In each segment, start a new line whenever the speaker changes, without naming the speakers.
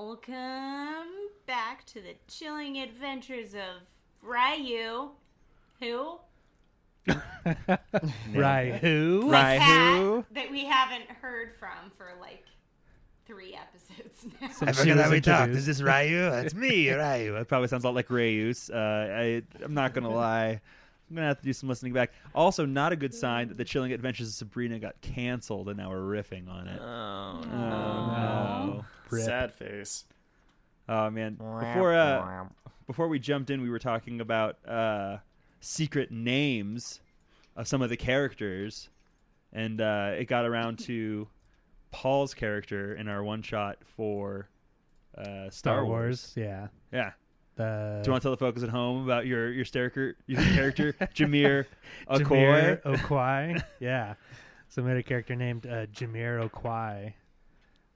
Welcome back to the chilling adventures of Ryu. Who?
Right. Who?
The
Right.
cat
Who?
That we haven't heard from for like three episodes now.
So
I
she
forgot
was
how we talked.
introduced.
Is this Ryu? It's me, Ryu. It probably sounds a lot like Rayus. Uh, I, I'm not going to lie. I'm going to have to do some listening back. Also, not a good sign that The Chilling Adventures of Sabrina got canceled and now we're riffing on it.
Oh,
Oh, no.
Rip.
sad face.
Oh, man. Before, uh, before we jumped in, we were talking about uh, secret names of some of the characters. And uh, it got around to Paul's character in our one shot for uh, Star,
Star
Wars.
Wars. Yeah.
Yeah.
The
Do you want to tell the folks at home about your your character, your character Jameer
Jameer
Okoy?
Okwai. yeah. So we had a character named uh, Jameer Okwai.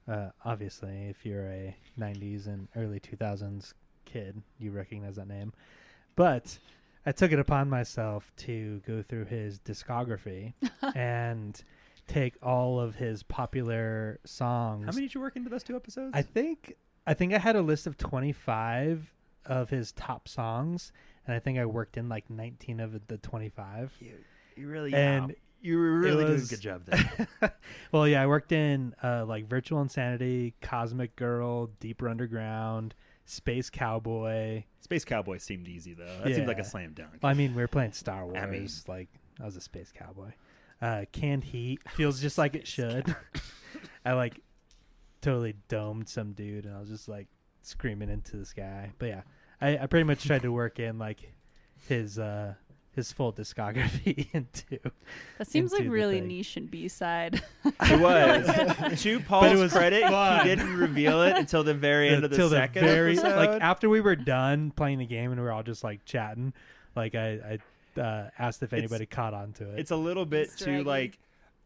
Uh, obviously, if you're a 90s and early 2000s kid, you recognize that name. But I took it upon myself to go through his discography and take all of his popular songs.
How many did you work into those two episodes?
I think I think I had a list of 25 of his top songs and I think I worked in like 19 of the 25.
you, you really
and
you were
it
really doing a
was-
good job there.
well, yeah, I worked in uh, like Virtual Insanity, Cosmic Girl, Deeper Underground, Space Cowboy.
Space Cowboy seemed easy though. That seemed like a
Yeah.
slam dunk.
Well, I mean, we were playing Star Wars.
I mean-
like I was a Space Cowboy. Uh, Canned Heat feels just like it should. I like totally domed some dude, and I was just like screaming into the sky. But yeah, I, I pretty much tried to work in like his uh his full discography into.
That seems like
into the
really
thing.
niche and B side.
It was to Paul's
was
credit,
fun.
he didn't reveal it until the very end of the
till
second episode.
like after we were done playing the game and we were all just like chatting like i i uh, asked if anybody caught on to it
it's a little bit
Easter
too
eggy.
like.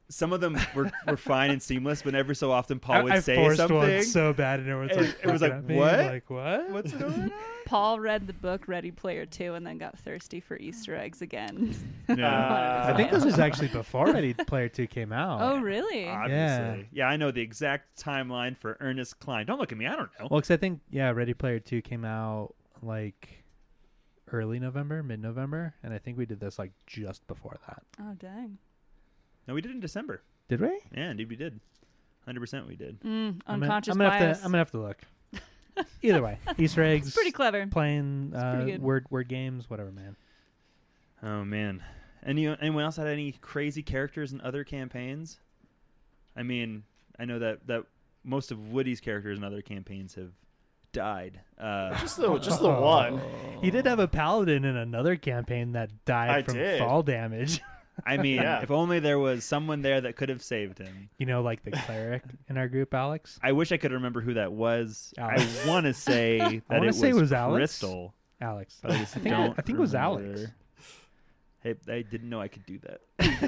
Some of them were, were fine and seamless, but every so often Paul
I,
would
I
say
forced
something.
one so bad and everyone's
And
like
it was
looking
like,
at me,
"What?"
like what
What's going on?
Paul read the book Ready Player Two and then got thirsty for Easter eggs again.
Uh, i think this was actually before ready player 2 came out
oh, really?
Obviously. Yeah. I know the exact timeline for Ernest Klein. Don't look at me. I don't know.
well because i think yeah ready player 2 came out like early november mid-november and i think we did this like just before that
oh, dang.
no, we did in December.
did we
Yeah, indeed we did. 100% we did.
Mm,
I'm gonna-
unconscious
i'm gonna,
bias.
have to i'm gonna have to look either way easter eggs
It's pretty clever.
playing
pretty
uh,
good.
word word games whatever man
Oh, man. Any, anyone else had any crazy characters in other campaigns? I mean, I know that, that most of Woody's characters in other campaigns have died. Uh,
Just the just the one.
He did have a paladin in another campaign that died
I
from
did.
fall damage.
I mean,
Yeah.
if only there was someone there that could have saved him.
you know, like the cleric in our group, Alex.
I wish I could remember who that was.
Alex.
I want to say that
wanna
it,
say it was Alex.
Crystal.
Alex.
But I, just
think-
don't
I think it was Alex.
remember. Hey, I didn't know I could do that. I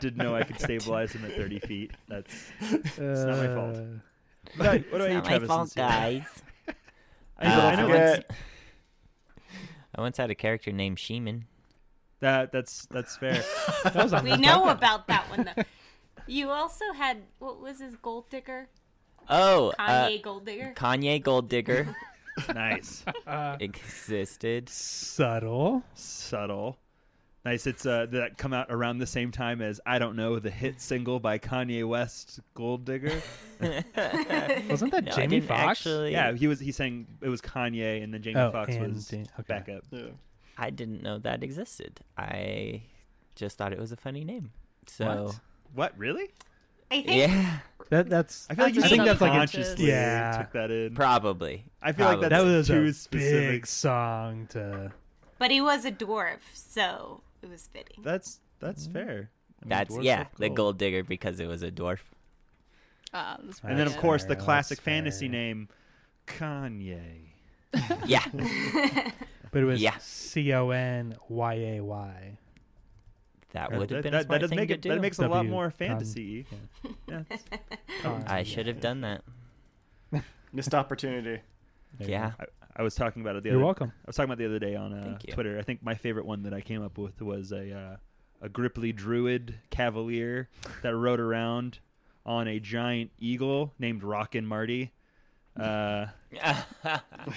didn't know I could stabilize him at 30 feet. That's it's not my fault.
Uh,
what about, what about you, Travis? since you- I know,
Uh,
I know
forget-
that's-
I once had a character named Sheeman.
that that's that's fair.
That was on
we
the
know
podcast.
about that one though. You also had what was his gold digger?
Oh,
Kanye gold digger.
Uh, Kanye Gold Digger
nice,
existed.
subtle.
subtle. Nice. It's uh, did that come out around the same time as I don't know the hit single by Kanye West, Gold Digger.
Wasn't that
No, I
Jamie
didn't
Foxx?
actually.
yeah, he was. He sang it was Kanye, and then Jamie
Oh,
Foxx
and
was
Jam- okay.
backup.
Yeah.
I didn't know that existed. I just thought it was a funny name. So
What? What really?
I think
yeah,
That that's
I feel like you
That's I
think
think that's like a-
consciously
Yeah.
took that in.
probably.
I feel like
Probably.
that was
that's too
a
specific.
big song to.
but he was a dwarf, so it was fitting.
Uh,
That's that's fair. I mean,
that's
dwarves
yeah
have
the Gold Digger because it was a dwarf.
Ah, that's
And then of
That's
brilliant.
course
fair,
the classic
that's
fantasy
fair.
name, Kanye.
Yeah,
But it was
Yeah.
C O N Y A Y.
that
That-
would
that,
have been a
that, that
smart
does
thing
make
to
it
do.
that makes it a lot
W,
more
Con-
fantasy. Yeah.
I should have done that.
Missed opportunity.
Yeah,
I, I was talking about it the
You're
other.
welcome.
I was talking about it the other day on uh,
Thank you.
Twitter. I think my favorite one that I came up with was a uh, a Gripply Druid Cavalier that rode around on a giant eagle named Rockin' Marty, Uh,
That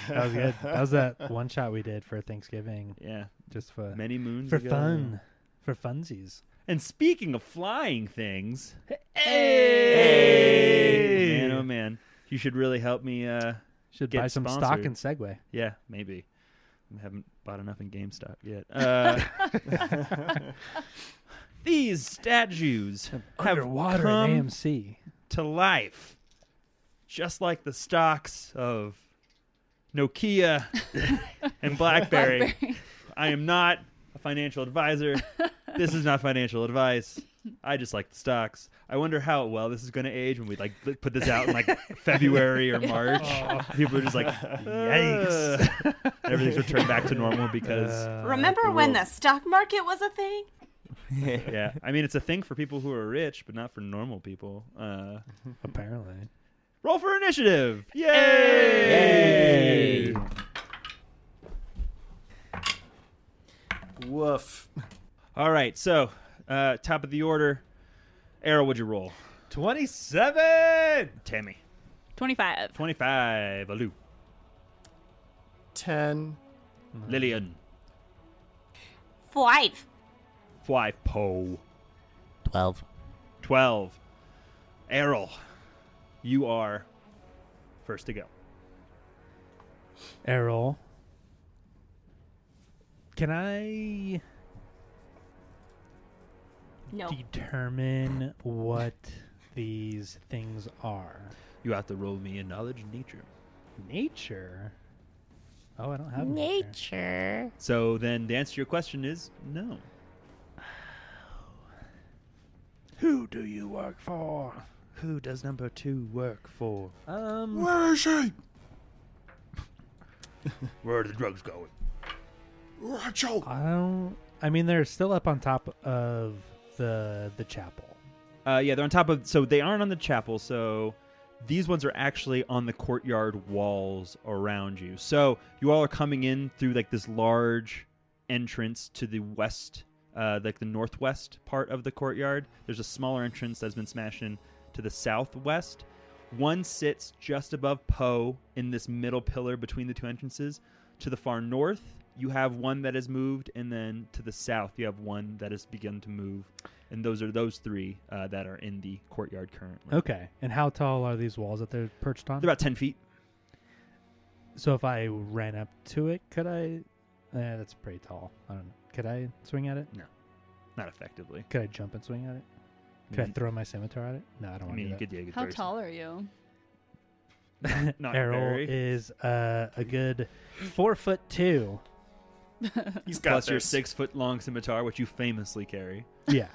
was good. That was that one shot we did for Thanksgiving,
yeah,
just for
many moons
for
ago.
fun, for funsies.
And speaking of flying things,
Hey,
man, oh man, you should really help me. Uh,
should
Get
buy some stock
sponsored.
in Segway.
yeah, maybe. I haven't bought enough in GameStop yet. Uh, these statues have
Underwater
come
in AMC.
to life, just like the stocks of Nokia and BlackBerry. I am not a financial advisor. This is not financial advice. I just like the stocks. I wonder how well this is going to age when we like li- put this out in like February or March. People are just like, yikes! Everything's returned back to normal because
Uh.
Remember when
world.
the stock market was a thing?
yeah, I mean it's a thing for people who are rich, but not for normal people. Uh,
Apparently,
roll for initiative! Yay!
Yay!
Woof.
All right, so uh, top of the order, Arrow, would you roll?
twenty-seven.
Tammy,
25.
twenty-five. Alu,
Ten.
Lillian,
Five.
five. Poe,
12.
twelve. Errol, you are first to go.
Errol. Can I
No.
determine what these things are?
You have to roll me in knowledge and nature.
Nature. Oh, I don't have nature.
So then, the answer to your question is no. Who do you work for? Who does number two work for?
Um,
Where is she?
Where are the drugs going?
Rachel.
I don't. I mean, they're still up on top of the the chapel.
Uh, yeah, they're on top of. So they aren't on the chapel. So these ones are actually on the courtyard walls around you. So you all are coming in through like this large entrance to the west, uh, like the northwest part of the courtyard. There's a smaller entrance that's been smashed in to the southwest. One sits just above Poe in this middle pillar between the two entrances. To the far north, you have one that has moved, and then to the south, you have one that has begun to move. And those are those three uh, that are in the courtyard currently.
Okay. And how tall are these walls that they're perched on?
They're about 10 feet.
So if I ran up to it, could I? Eh, that's pretty tall. I don't know. Could I swing at it?
Not effectively.
Could I jump and swing at it? Could I
Mhm.
throw my scimitar at it? No, I don't
I
want
mean, you
to do
could, yeah, you could
How
throw some-
tall are you?
that.
not
Errol
very.
is uh, a good four foot two.
He's got
Plus your
this.
six foot long scimitar, which you famously carry.
Yeah,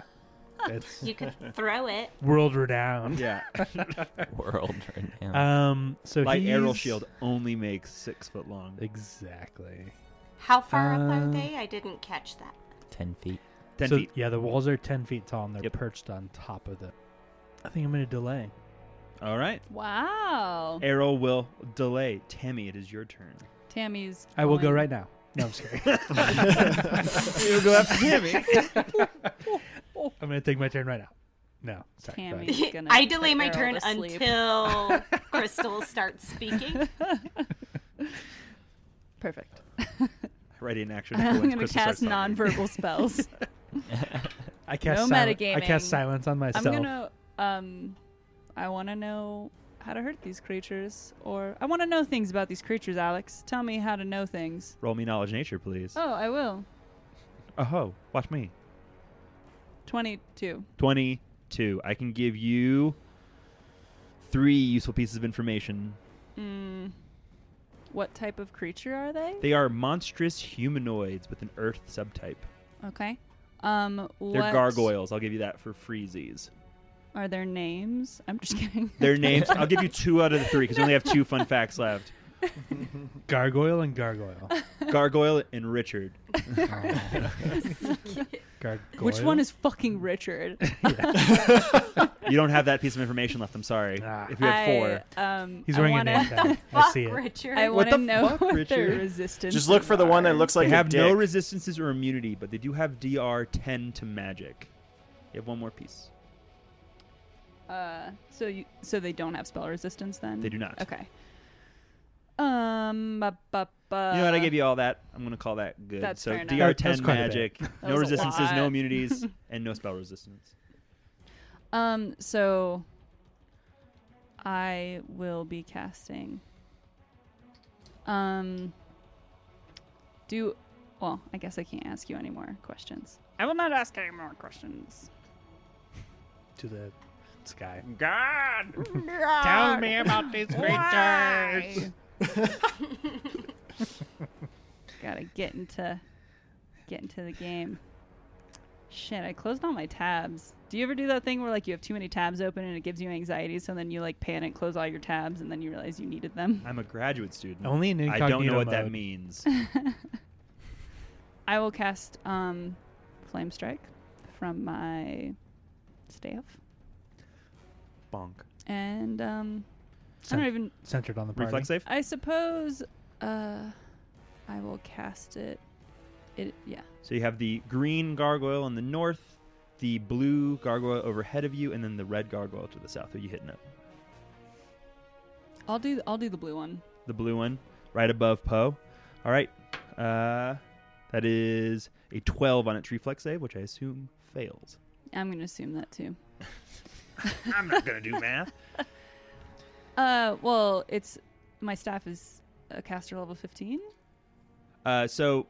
it's
You could throw it.
world renowned.
Yeah.
World right now.
Uh,
Um, so
Light arrow
he's-
shield only makes six foot long.
Exactly.
How far up
Uh,
are they? I didn't catch that.
10 feet.
10
so,
feet.
Yeah, the walls are 10 feet tall and they're
Yep.
perched on top of the. I think I'm going to delay.
All right.
Wow.
Arrow will delay. Tammy, it is your turn.
Tammy's.
I will go
going-
right now. No, I'm just kidding.
You'll go after Tammy.
I'm going to take my turn right now. No, sorry.
Tammy.
sorry.
He's gonna
I delay
put
my
Errol
turn
to sleep.
until Crystal starts speaking.
Perfect.
right in action.
I'm
when
going to
Crystal
cast
starts talking.
nonverbal spells.
I cast,
No
silence. I
metagaming.
cast silence on
I'm
myself.
going to. Um, I want to know how to hurt these creatures, or I want to know things about these creatures, Alex. Tell me how to know things.
Roll me knowledge nature, please.
Oh, I will.
Oh, ho. Watch me.
22.
22. I can give you three useful pieces of information.
Mm. What type of creature are they?
They are monstrous humanoids with an earth subtype.
Okay. Um,
They're
what
gargoyles. I'll give you that for freezies.
Are their names? I'm just kidding.
Their names. I'll give you two out of the three because we only have two fun facts left
Gargoyle and gargoyle.
Gargoyle and Richard.
gargoyle.
Which one is fucking Richard?
You don't have that piece of information left. I'm sorry.
Ah.
If you had four.
I, um,
He's
I
wearing
wanna,
a name tag. I
Fuck,
see it.
Richard.
I
What
want to
the
know
fuck,
what their
Richard?
resistance.
Just look for the one that looks like
they
a
have no
dick.
resistances or immunity, but they do have DR 10 to magic. You have one more piece.
Uh, so you, so they don't have spell resistance then.
They do not.
Okay. Um, ba, ba, ba.
you know what? I gave you all that. I'm gonna call that good.
Uh, That's
so
fair enough.
That's
DR10
quite a bit.
magic, no
was a
resistances,
lot.
no immunities, and no spell resistance.
Um, so I will be casting. Um, do well. I guess I can't ask you any more questions. I will not ask any more questions.
to the sky.
God,
Tell
me about these
Gotta get into get into the game. Shit, I closed all my tabs. Do you ever do that thing where like you have too many tabs open and it gives you anxiety, so then you like panic, close all your tabs, and then you realize you needed them?
I'm a graduate student.
Only in
I don't
incognito
know what that
mode.
means.
I will cast um, Flame Strike from my staff,
Bonk.
and um, I
Cent-
don't even.
centered on the party.
Reflex save.
I suppose uh, I will cast it. It yeah.
So you have the green gargoyle in the north, the blue gargoyle overhead of you, and then the red gargoyle to the south. Who you hitting up?
I'll do I'll do the blue one.
The blue one, right above Poe. All right. Uh, that is a 12 on its reflex save, which I assume fails.
I'm gonna assume that too.
I'm not gonna do math.
Uh, well, it's my staff is a caster level 15.
Uh, so,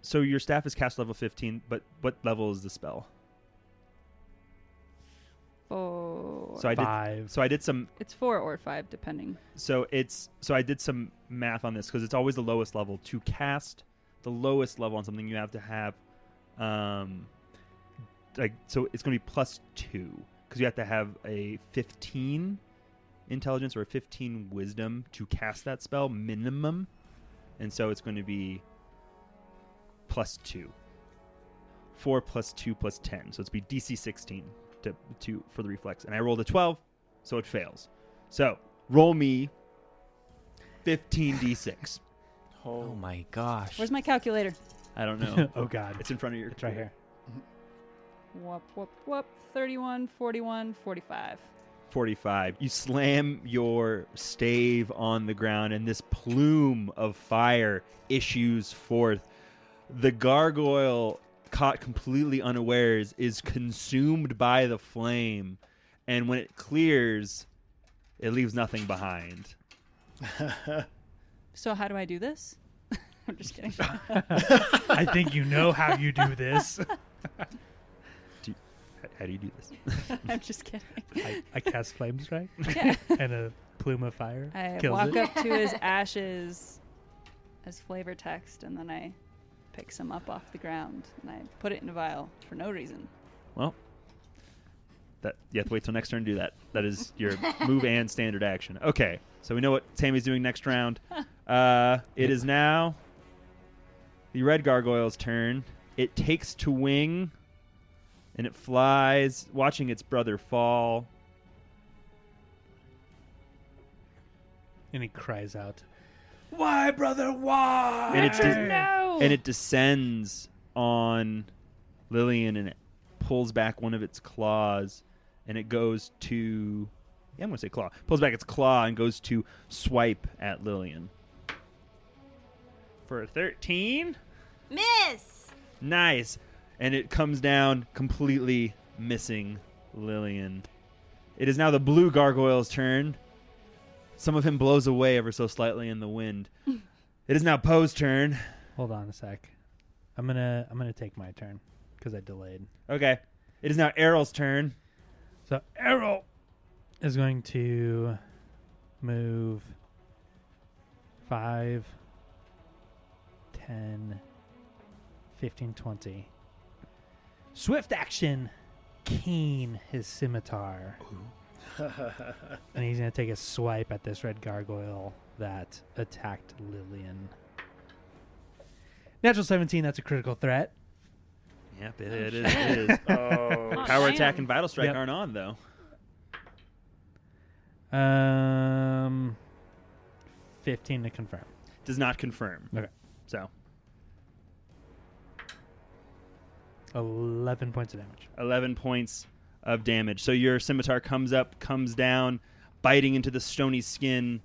so your staff is cast level 15, but what level is the spell?
Four.
So I did.
Five.
So I did some.
it's four or five, depending.
So it's. So I did some math on this because it's always the lowest level to cast the lowest level on something. You have to have, um, like so it's going to be plus two because you have to have a 15 intelligence or a 15 wisdom to cast that spell minimum, and so it's going to be plus two. Four plus two plus ten, so it's be DC sixteen to to for the reflex. And I rolled a twelve, so it fails. So roll me fifteen d six.
Oh my gosh.
Where's my calculator?
I don't know.
oh god,
It's in front of your.
it's right here.
Whoop, whoop, whoop. 31, 41, 45.
Forty-five. You slam your stave on the ground, and this plume of fire issues forth. The gargoyle, caught completely unawares, is consumed by the flame, and when it clears, it leaves nothing behind.
So how do I do this? I'm just kidding.
I think you know how you do this.
How- How do you do this?
I'm just kidding.
I, I cast flame strike
Yeah.
and a plume of fire
I
kills
walk
it.
up to his ashes as flavor text, and then I pick some up off the ground and I put it in a vial for no reason.
Well, that you have to wait till next turn to do that. That is your move and standard action. Okay, so we know what Tammy's doing next round. Uh, it is now the red gargoyle's turn. It takes to wing, and it flies, watching its brother fall.
And he cries out, "Why, brother? Why?"
And it does-
No!
and it descends on Lillian and it pulls back one of its claws and it goes to yeah, I'm gonna say claw. Pulls back its claw and goes to swipe at Lillian. For a thirteen?
Miss!
Nice. And it comes down completely missing Lillian. It is now the blue gargoyle's turn. Some of him blows away ever so slightly in the wind. it is now Poe's turn.
Hold on a sec. I'm gonna I'm gonna take my turn because I delayed.
Okay. It is now Errol's turn.
So Errol is going to move five, ten, fifteen, twenty. Swift action, keen his scimitar. and he's going to take a swipe at this red gargoyle that attacked Lillian. Natural 17, that's a critical threat.
Yep, it, it is. It is.
Oh,
Power
damn.
attack and vital strike
Yep.
aren't on though.
Um, 15 to confirm.
Does not confirm.
Okay.
So
11 points of damage.
eleven points of damage. So your scimitar comes up, comes down, biting into the stony skin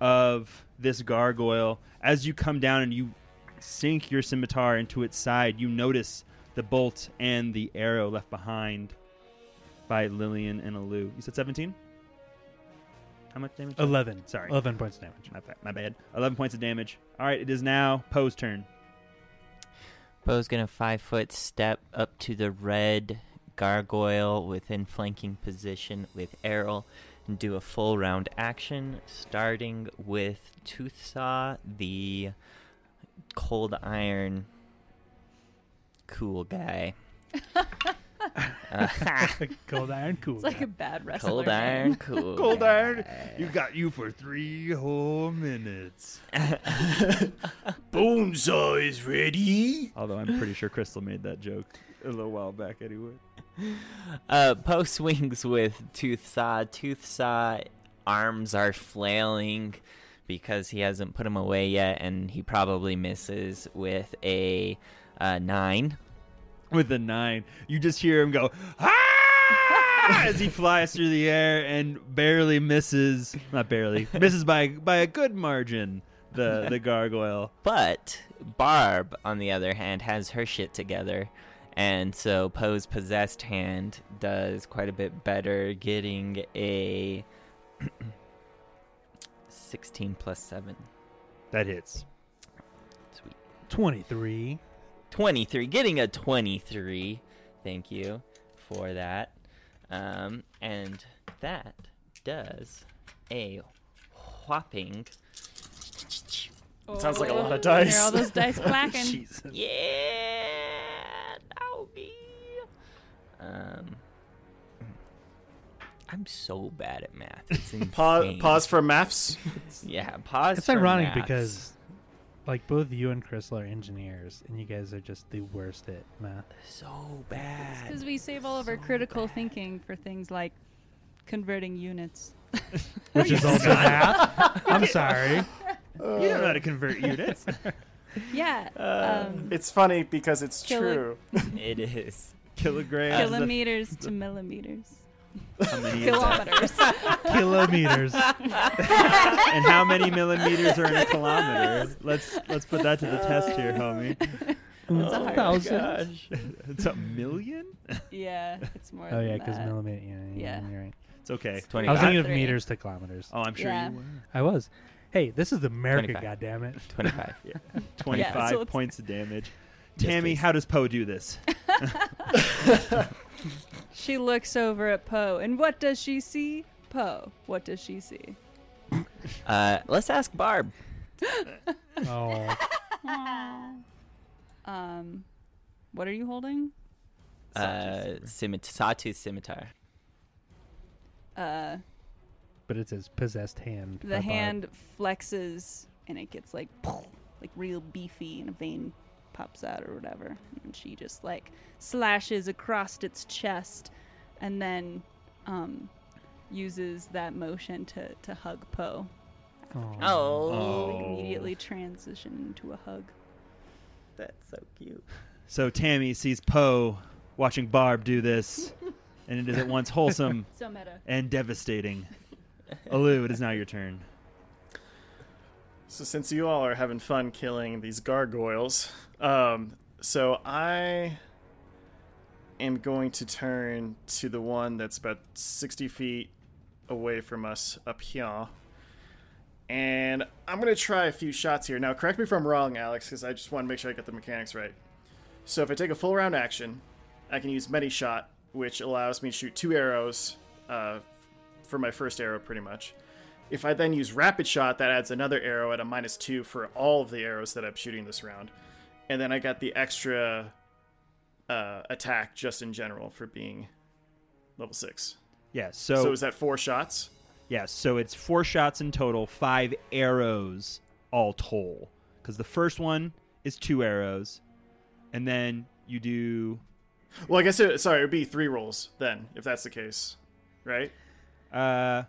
of this gargoyle. As you come down and you sink your scimitar into its side, you notice the bolt and the arrow left behind by Lillian and Alu. You said 17? How much damage?
11.
Sorry.
11 points of damage.
My, fa- my bad. 11 points of damage. All right, it is now Poe's turn.
Bo's gonna five foot step up to the red gargoyle within flanking position with Errol and do a full round action, starting with Tooth Saw, the cold iron cool guy. Uh,
Cold iron, cool.
It's like a bad wrestler.
cold
name.
iron cool.
Cold Iron,
guy.
you got you for three whole minutes.
Bonesaw is ready.
Although I'm pretty sure Crystal made that joke a little while back anyway.
Uh, Poe swings with Tooth Saw. Tooth Saw arms are flailing because he hasn't put him away yet, and he probably misses with a uh, nine.
With a nine, you just hear him go ah! as he flies through the air and barely misses. Not barely misses by by a good margin. The the gargoyle.
But Barb, on the other hand, has her shit together. And so Poe's possessed hand does quite a bit better, getting a 16 plus 7.
That hits.
Sweet.
23.
23 getting a 23 thank you for that um, and that does a whopping
It
sounds like a lot of dice.
all those dice clacking.
Jesus.
yeah Dobby. um i'm so bad at math it's
Pause,
insane.
pause for maths.
yeah pause
It's
for
ironic
maths.
because, like, both you and Crystal are engineers, and you guys are just the worst at math.
so bad
Because we save all of our
So
critical
bad.
thinking for things like converting units.
Which is also math. I'm sorry.
You don't know how to convert units.
Yeah. Um,
It's funny because it's
Kill it.
true.
it is
Kilograms.
kilometers to millimeters.
How many is that?
Kilometers.
Kilometers.
and how many millimeters are in a kilometer? Let's let's put that to the test here, homie.
That's Uh,
Oh
a hard
Thousand.
It's a million?
yeah, it's more.
Oh, yeah,
because
because millimeter. Yeah, yeah,
Yeah.
you're right.
It's okay.
it's 20
I was thinking of
Three.
meters to kilometers.
Oh, I'm sure
Yeah.
you were.
I was. Hey, this is America,
25.
goddammit.
25
25
Yeah, so it's-
points of damage.
Yes,
Tammy,
please.
how does Poe do this?
She looks over at Poe, and what does she see? Poe, what does she see?
uh, let's ask barb
Oh,
Um, what are you holding?
uh, scimit- sawtooth scimitar
Uh,
but it's his possessed hand. by
the
Bob.
hand flexes, and it gets like, like real beefy, and a vein pops out or whatever. And she just like slashes across its chest, and then um, uses that motion to to hug Poe.
Oh.
Oh,
Like, immediately transition into a hug.
that's so cute.
So Tammy sees Poe watching Barb do this, and it is at once wholesome
So meta.
and devastating. Alu, it is now your turn.
So since you all are having fun killing these gargoyles, um, so I am going to turn to the one that's about sixty feet away from us up here, and I'm gonna try a few shots here. Now, correct me if I'm wrong, Alex, because I just want to make sure I get the mechanics right. So if I take a full round action, I can use many shot, which allows me to shoot two arrows uh, for my first arrow, pretty much. If I then use rapid shot, that adds another arrow at a minus two for all of the arrows that I'm shooting this round, and then I got the extra uh, attack just in general for being level six.
Yeah, so,
So is that four shots?
yeah, so it's four shots in total, five arrows all toll. Because the first one is two arrows, and then you do
Well, I guess it, sorry, it would be three rolls then, if that's the case, right?
uh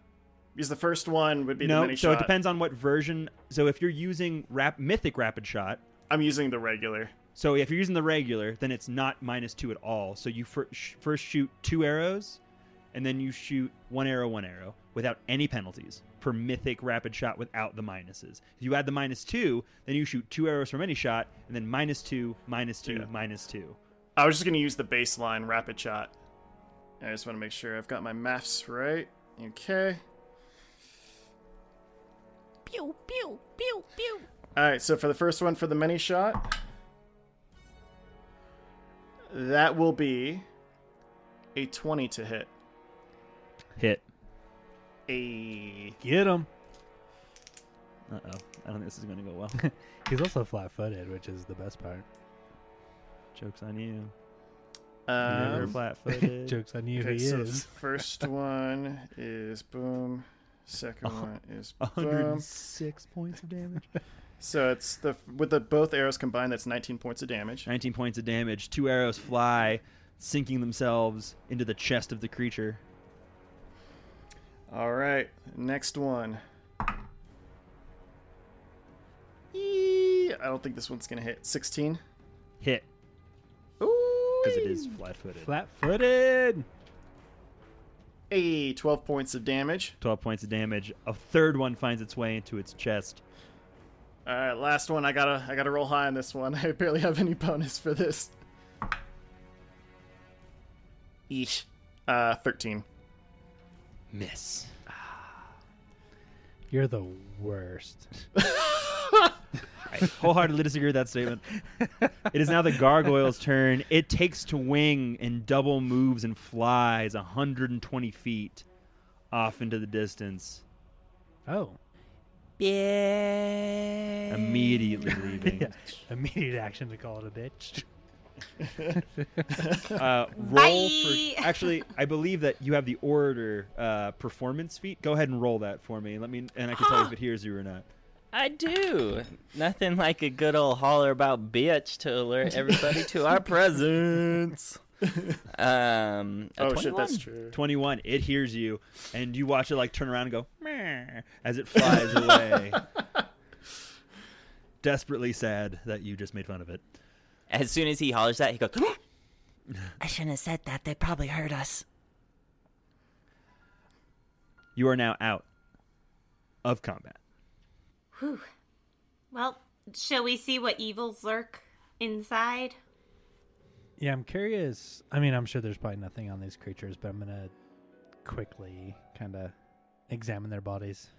Because the first one would be the
no
mini
so
shot.
it depends on what version so if you're using rap mythic rapid shot
I'm using the regular.
so if you're using the regular then it's not minus two at all so you fir- sh- first shoot two arrows and then you shoot one arrow, one arrow without any penalties for mythic rapid shot without the minuses. If you add the minus two, then you shoot two arrows from any shot, and then minus two, minus two,
Yeah.
minus two.
I was just gonna use the baseline rapid shot. I just want to make sure I've got my maths right. Okay.
Pew, pew, pew, pew.
All right. So for the first one, for the many shot, that will be a twenty to hit.
Hit.
A
Get him.
Uh oh. I don't think this is going to go well.
He's also flat-footed, which is the best part.
Joke's on you. You're
um,
flat footed.
Jokes on you,
okay,
he
so the
is.
first one is boom. Second
Oh,
one is boom.
106 points of damage.
So it's the with the both arrows combined, that's 19 points of damage.
19 points of damage. Two arrows fly, sinking themselves into the chest of the creature.
All right, next one. Eee, I don't think this one's gonna hit. 16.
Hit.
Ooh,
Because it is flat footed.
Flat-footed.
a 12 points of damage.
12 points of damage. A third one finds its way into its chest.
All right, last one. I gotta, I gotta roll high on this one. I barely have any bonus for this. Eesh. Uh, 13.
Miss.
You're the worst.
I wholeheartedly disagree with that statement. It is now the gargoyle's turn. It takes to wing and double moves and flies 120 feet off into the distance,
Oh,
Yeah.
immediately leaving.
immediate action to call it a bitch.
uh, roll
Bye.
for actually i believe that you have the orator uh, performance feat go ahead and roll that for me let me and i can tell you if it hears you or not
I do. Nothing like a good old holler about bitch to alert everybody to our presence. Um, a
Oh shit,
21.
that's true.
21 it hears you and you watch it like turn around and go "Meh," as it flies away desperately sad that you just made fun of it
As soon as he hollers that, he goes, I shouldn't have said that. They probably heard us.
you are now out of combat
Well, shall we see what evils lurk inside?
Yeah, I'm curious. I mean, I'm sure there's probably nothing on these creatures, but I'm gonna quickly kind of examine their bodies.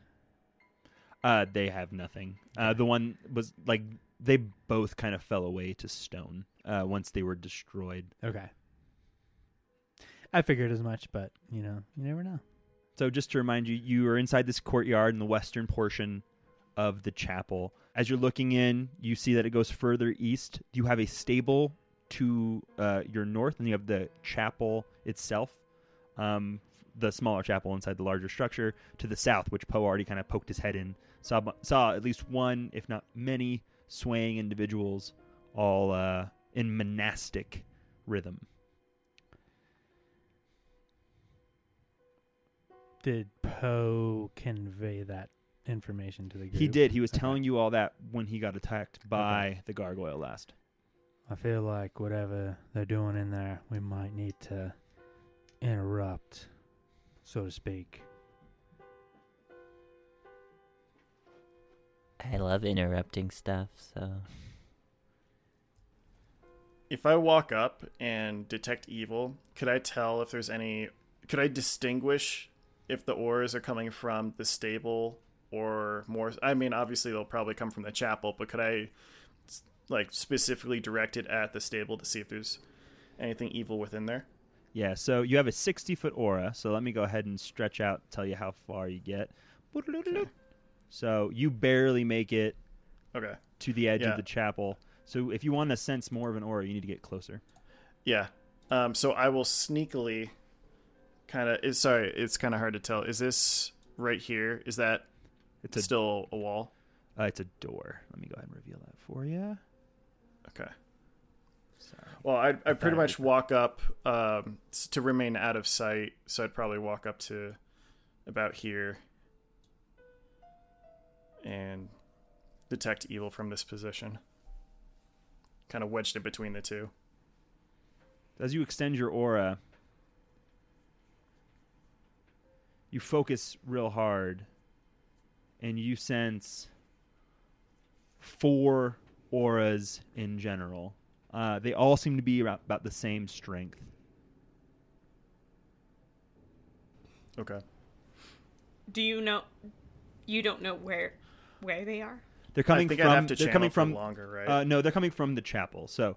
uh, they have nothing uh, the one was like they both kind of fell away to stone uh, once they were destroyed
Okay. I figured as much, but you know, you never know.
So, just to remind you, you are inside this courtyard in the western portion of the chapel. As you're looking in, you see that it goes further east. You have a stable to uh, your north, and you have the chapel itself, um, the smaller chapel inside the larger structure to the south, which Poe already kind of poked his head in. Saw, saw at least one, if not many, swaying individuals, all uh, in monastic rhythm.
Did Poe convey that information to the group?
He did. He was
Okay.
telling you all that when he got attacked by the gargoyle last.
I feel like whatever they're doing in there, we might need to interrupt, so to speak.
I love interrupting stuff, so.
If I walk up and detect evil, could I tell if there's any? Could I distinguish if the ores are coming from the stable or more? I mean, obviously they'll probably come from the chapel, but could I, s- like, specifically direct it at the stable to see if there's anything evil within there?
Yeah, so you have a 60 foot aura. So let me go ahead and stretch out, tell you how far you get. So you barely make it
Okay.
to the edge
Yeah.
of the chapel. So if you want to sense more of an aura, you need to get closer.
Yeah. Um. So I will sneakily, kind of. Sorry, it's kind of hard to tell. Is this right here? Is that
It's a
still a wall?
uh, it's a door. Let me go ahead and reveal that for you.
Okay.
Sorry.
Well, I'd, I'd
That'd
pretty
be
much walk up um, s- to remain out of sight, so I'd probably walk up to about here and detect evil from this position. Kind of wedged it between the two.
As you extend your aura, you focus real hard and you sense four auras in general. Uh, they all seem to be about, about the same strength.
Okay.
Do you know? You don't know where where they are.
They're coming
I think
from.
I'd have to
they're
channel
coming
for
from.
longer, right?
Uh, no, they're coming from the chapel. So,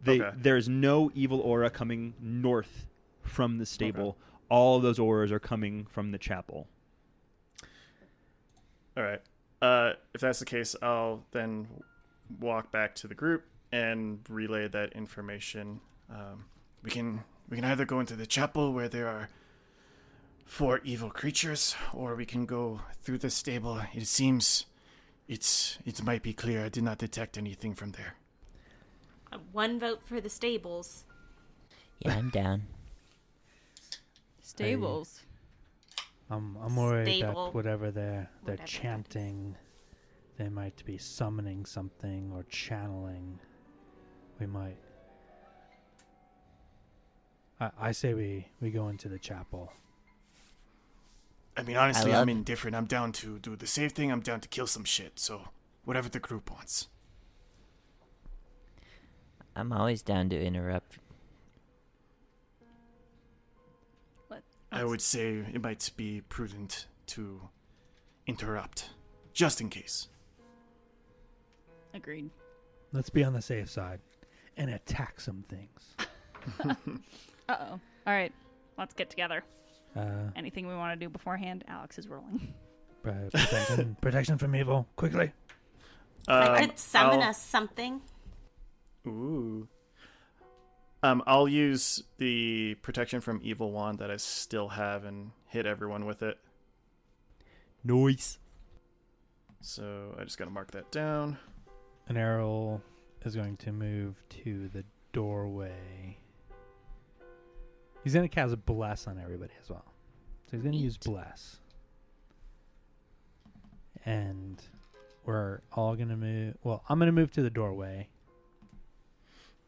they,
Okay.
there is no evil aura coming north from the stable. All of those auras are coming from the chapel.
All right. Uh, if that's the case, I'll then walk back to the group and relay that information. Um, we can we can either go into the chapel where there are four evil creatures, or we can go through the stable. It seems it's it might be clear. I did not detect anything from there.
Uh, One vote for the stables.
Yeah, I'm down.
Stables.
I'm I'm worried
Stable.
that whatever they're they're
Whatever that is.
chanting, they might be summoning something or channeling. We might. I I say we we go into the chapel.
I mean, honestly,
I love-
I'm indifferent. I'm down to do the safe thing. I'm down to kill some shit. So whatever the group wants.
I'm always down to interrupt.
What?
I would say it might be prudent to interrupt, just in case.
Agreed.
Let's be on the safe side, and attack some things.
Uh oh. All right. Let's get together.
Uh,
Anything we want to do beforehand? Alex is rolling.
pro- protection, protection from evil, quickly.
I
Um,
could summon
I'll-
us something.
Ooh. Um, I'll use the protection from evil wand that I still have and hit everyone with it.
Noise.
So I just gotta mark that down.
And Errol is going to move to the doorway. He's going to cast Bless on everybody as well. So he's going to use Bless. And we're all going to move. Well, I'm going to move to the doorway,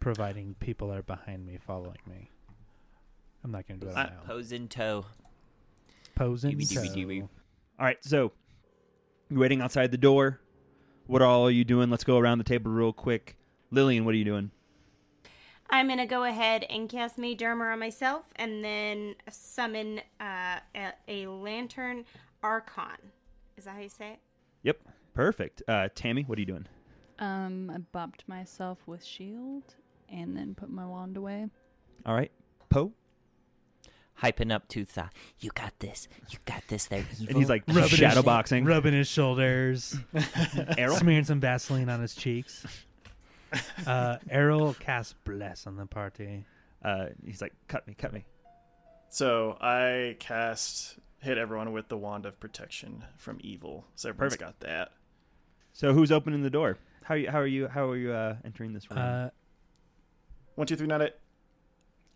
providing people are behind me following me. I'm not going to do that
I-
now.
Pose in toe.
Pose and
Doobie doobie
toe.
doobie.
All right, so you're waiting outside the door. What all are you doing? Let's go around the table real quick. Lillian, what are you doing?
I'm gonna go ahead and cast May Dermer on myself, and then summon uh, a, a lantern archon. Is that how you say it?
Yep, perfect. Uh, Tammy, what are you doing?
Um, I bopped myself with shield and then put my wand away.
All right, Poe,
Hyping up Tootha. You got this. You got this. They're evil.
and he's like
Rubbing his-
shadow boxing.
Rubbing his shoulders.
Errol,
smearing some Vaseline on his cheeks. Uh, Errol casts bless on the party.
uh, he's like, cut me, cut me.
So I cast hit everyone with the wand of protection from evil. So everyone's got that.
So who's opening the door? How are you? How are you? How are you uh, entering this room?
Uh,
One, two, three, not it.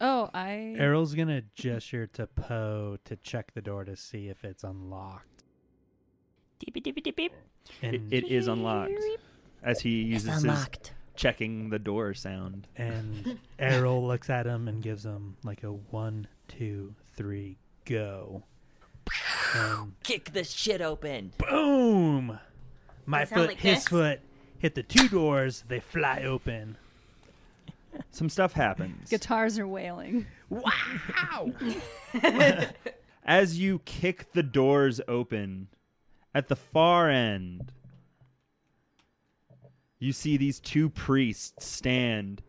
Oh, I.
Errol's gonna gesture to Poe to check the door to see if it's unlocked.
Deepy, deepy, deepy.
it,
And
it is unlocked as he
It's
uses his
unlocked.
checking the door sound.
and Errol looks at him and gives him like a one, two, three, go. And
Kick the shit open.
boom! My
Does it sound
foot,
like
his
this?
foot hit the two doors. They fly open.
Some stuff happens.
Guitars are wailing.
as you kick the doors open at the far end you see these two priests stand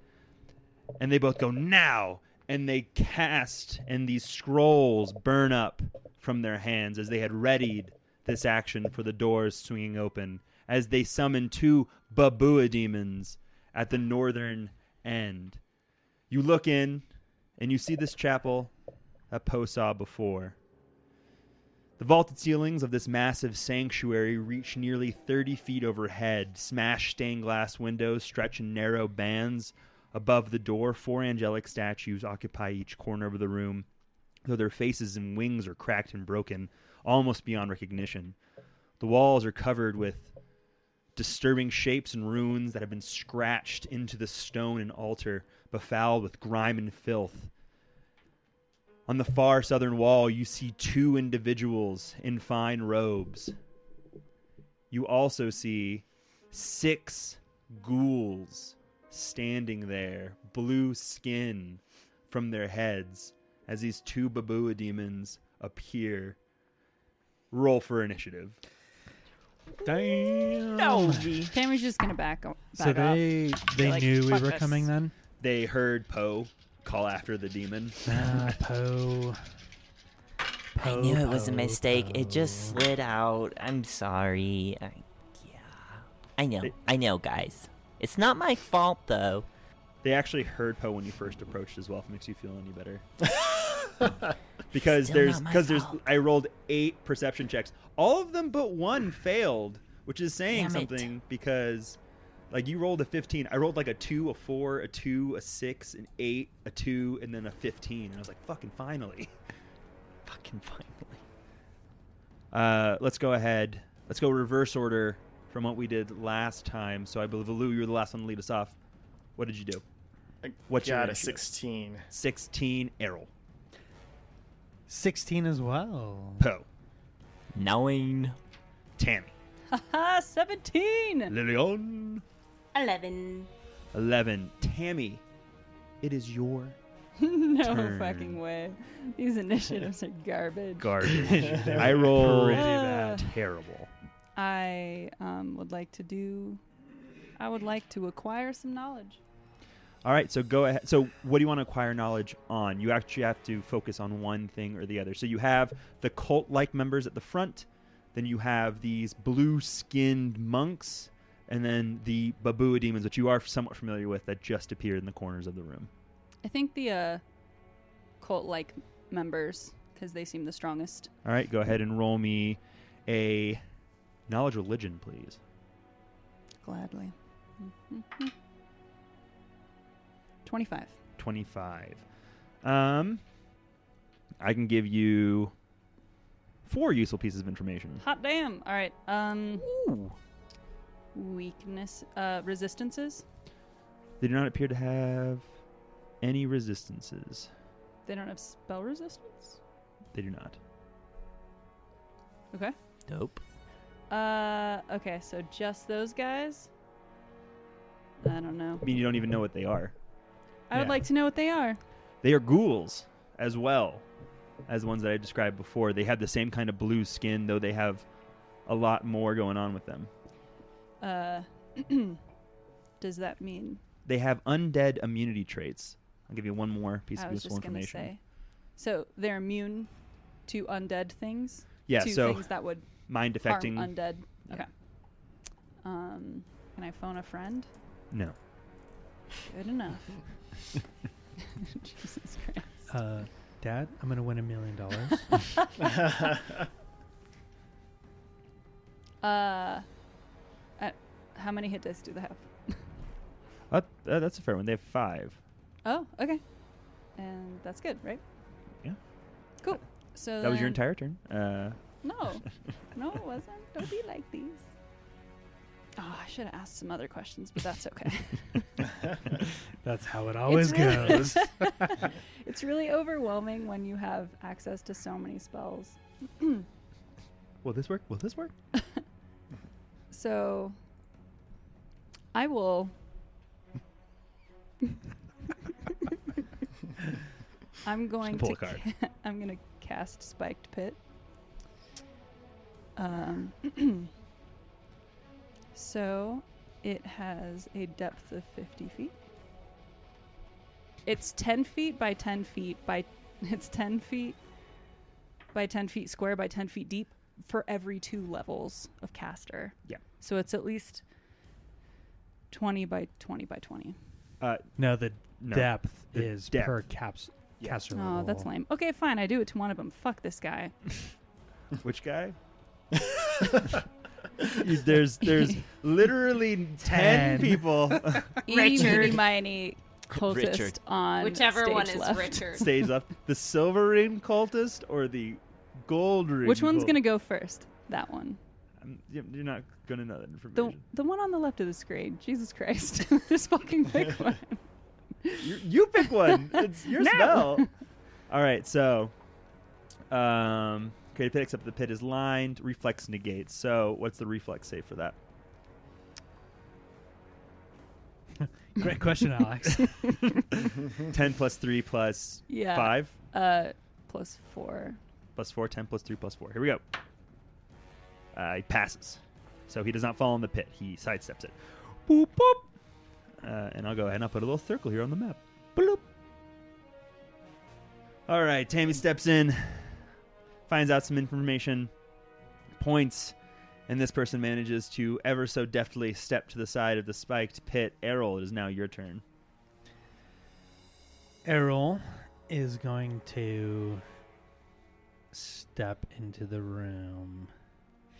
and they both go now and they cast and these scrolls burn up from their hands as they had readied this action for the doors swinging open as they summon two babua demons at the northern end you look in and you see this chapel that Poe saw before. The vaulted ceilings of this massive sanctuary reach nearly 30 feet overhead. Smashed stained glass windows stretch in narrow bands. Above the door, four angelic statues occupy each corner of the room, though their faces and wings are cracked and broken, almost beyond recognition. The walls are covered with disturbing shapes and runes that have been scratched into the stone and altar, befouled with grime and filth. On the far southern wall, you see two individuals in fine robes. You also see six ghouls standing there, blue skin from their heads, as these two Babua demons appear. Roll for initiative.
Damn.
Tammy's just gonna back, o- back
So they they
like,
knew we
"Fuck
were
this."
coming then.
They heard Poe call after the demon.
Ah, Poe.
I
Poe,
knew it was a
Poe,
mistake. It just
Poe.
slid out. I'm sorry. I, yeah. I know. I know, guys. It's not my fault, though.
They actually heard Poe when you first approached as well. If it makes you feel any better, because
Still
there's
not my
because there's
fault.
I rolled eight perception checks. All of them but one failed, which is saying
Damn it.
something because like you rolled a 15. I rolled like a two, a four, a two, a six, an eight, a two, and then a 15. And I was like, fucking finally.
Fucking finally.
Uh, let's go ahead. Let's go reverse order from what we did last time. So I believe Lou, you were the last one to lead us off. What did you do?
I
What's your
got a
initiative?
16.
16 Errol.
Sixteen as well.
Poe.
Knowing.
Tammy.
Ah, seventeen.
Lillian.
11.
11. Tammy, it is your
no
Turn.
fucking way. These initiatives are garbage.
garbage. I roll
Pretty bad.
terrible.
I um, would like to do. I would like to acquire some knowledge.
All right, so go ahead. So, what do you want to acquire knowledge on? You actually have to focus on one thing or the other. So, you have the cult like members at the front, then you have these blue skinned monks, and then the Babua demons, which you are somewhat familiar with, that just appeared in the corners of the room.
I think the uh, cult-like members, because they seem the strongest.
All right, go ahead and roll me a knowledge religion, please.
Gladly. Mhm. Twenty-five.
25. Um, I can give you four useful pieces of information.
Hot damn! All right. Um,
Ooh.
weakness, uh, resistances.
They do not appear to have any resistances.
They don't have spell resistance.
They do not.
Okay.
Dope.
Uh, okay. So just those guys. I don't know.
I mean, you don't even know what they are.
I would
Yeah.
like to know what they are.
They are ghouls as well as ones that I described before. They have the same kind of blue skin, though they have a lot more going on with them.
Uh, does that mean
They have undead immunity traits. I'll give you one more piece
I
of
was
useful
just gonna
information.
say. So they're immune to undead things.
yeah,
to
so
things that would
mind affecting.
harm undead.
Yeah.
Okay. Um, can I phone a friend?
no.
Good enough. Jesus Christ.
Uh, Dad, I'm gonna win a million dollars.
Uh, I, how many hit dice do they have?
Uh, uh, that's a fair one. They have five.
Oh, okay. And that's good, right?
Yeah.
Cool. So
That was your
then-
entire turn. Uh,
No, no, it wasn't. Don't be like these. Oh, I should have asked some other questions, but that's okay.
That's how it always
really-
goes.
It's really overwhelming when you have access to so many spells.
will this work? Will this work?
So I will. I'm going
Pull
to
a card.
ca- I'm going to cast Spiked Pit. Um, so it has a depth of 50 feet. It's 10 feet by 10 feet by it's 10 feet by 10 feet square by 10 feet deep for every two levels of caster.
Yeah.
So it's at least 20 by 20 by 20.
Uh,
No, the
No.
depth
The
is
depth.
per caps.
Yeah.
Caster
Oh, that's
level.
lame. Okay, fine. I do it to one of them. Fuck this guy.
which guy? there's there's literally ten
Ten.
people
Richard.
Miney cultist
Richard.
on
Whichever
stage
one is
left.
Richard.
stage left. The silver ring cultist or the gold ring?
Which one's going to go first? That one.
You're Um, you're not gonna know that information.
The the one on the left of the screen. Jesus Christ. Just fucking pick one.
You, you pick one. It's your
No.
spell. All right, so um, create a pit, except the pit is lined. Reflex negates. So what's the reflex save for that?
Great question, Alex.
Ten plus three plus
Yeah.
five
Uh, plus four.
plus four. Ten plus three plus four. Here we go. Uh, he passes, so he does not fall in the pit. He sidesteps it. Boop boop. Uh, and I'll go ahead and I'll put a little circle here on the map. Bloop. All right, Tammy steps in, finds out some information, points, and this person manages to ever so deftly step to the side of the spiked pit. Errol, it is now your turn.
Errol is going to step into the room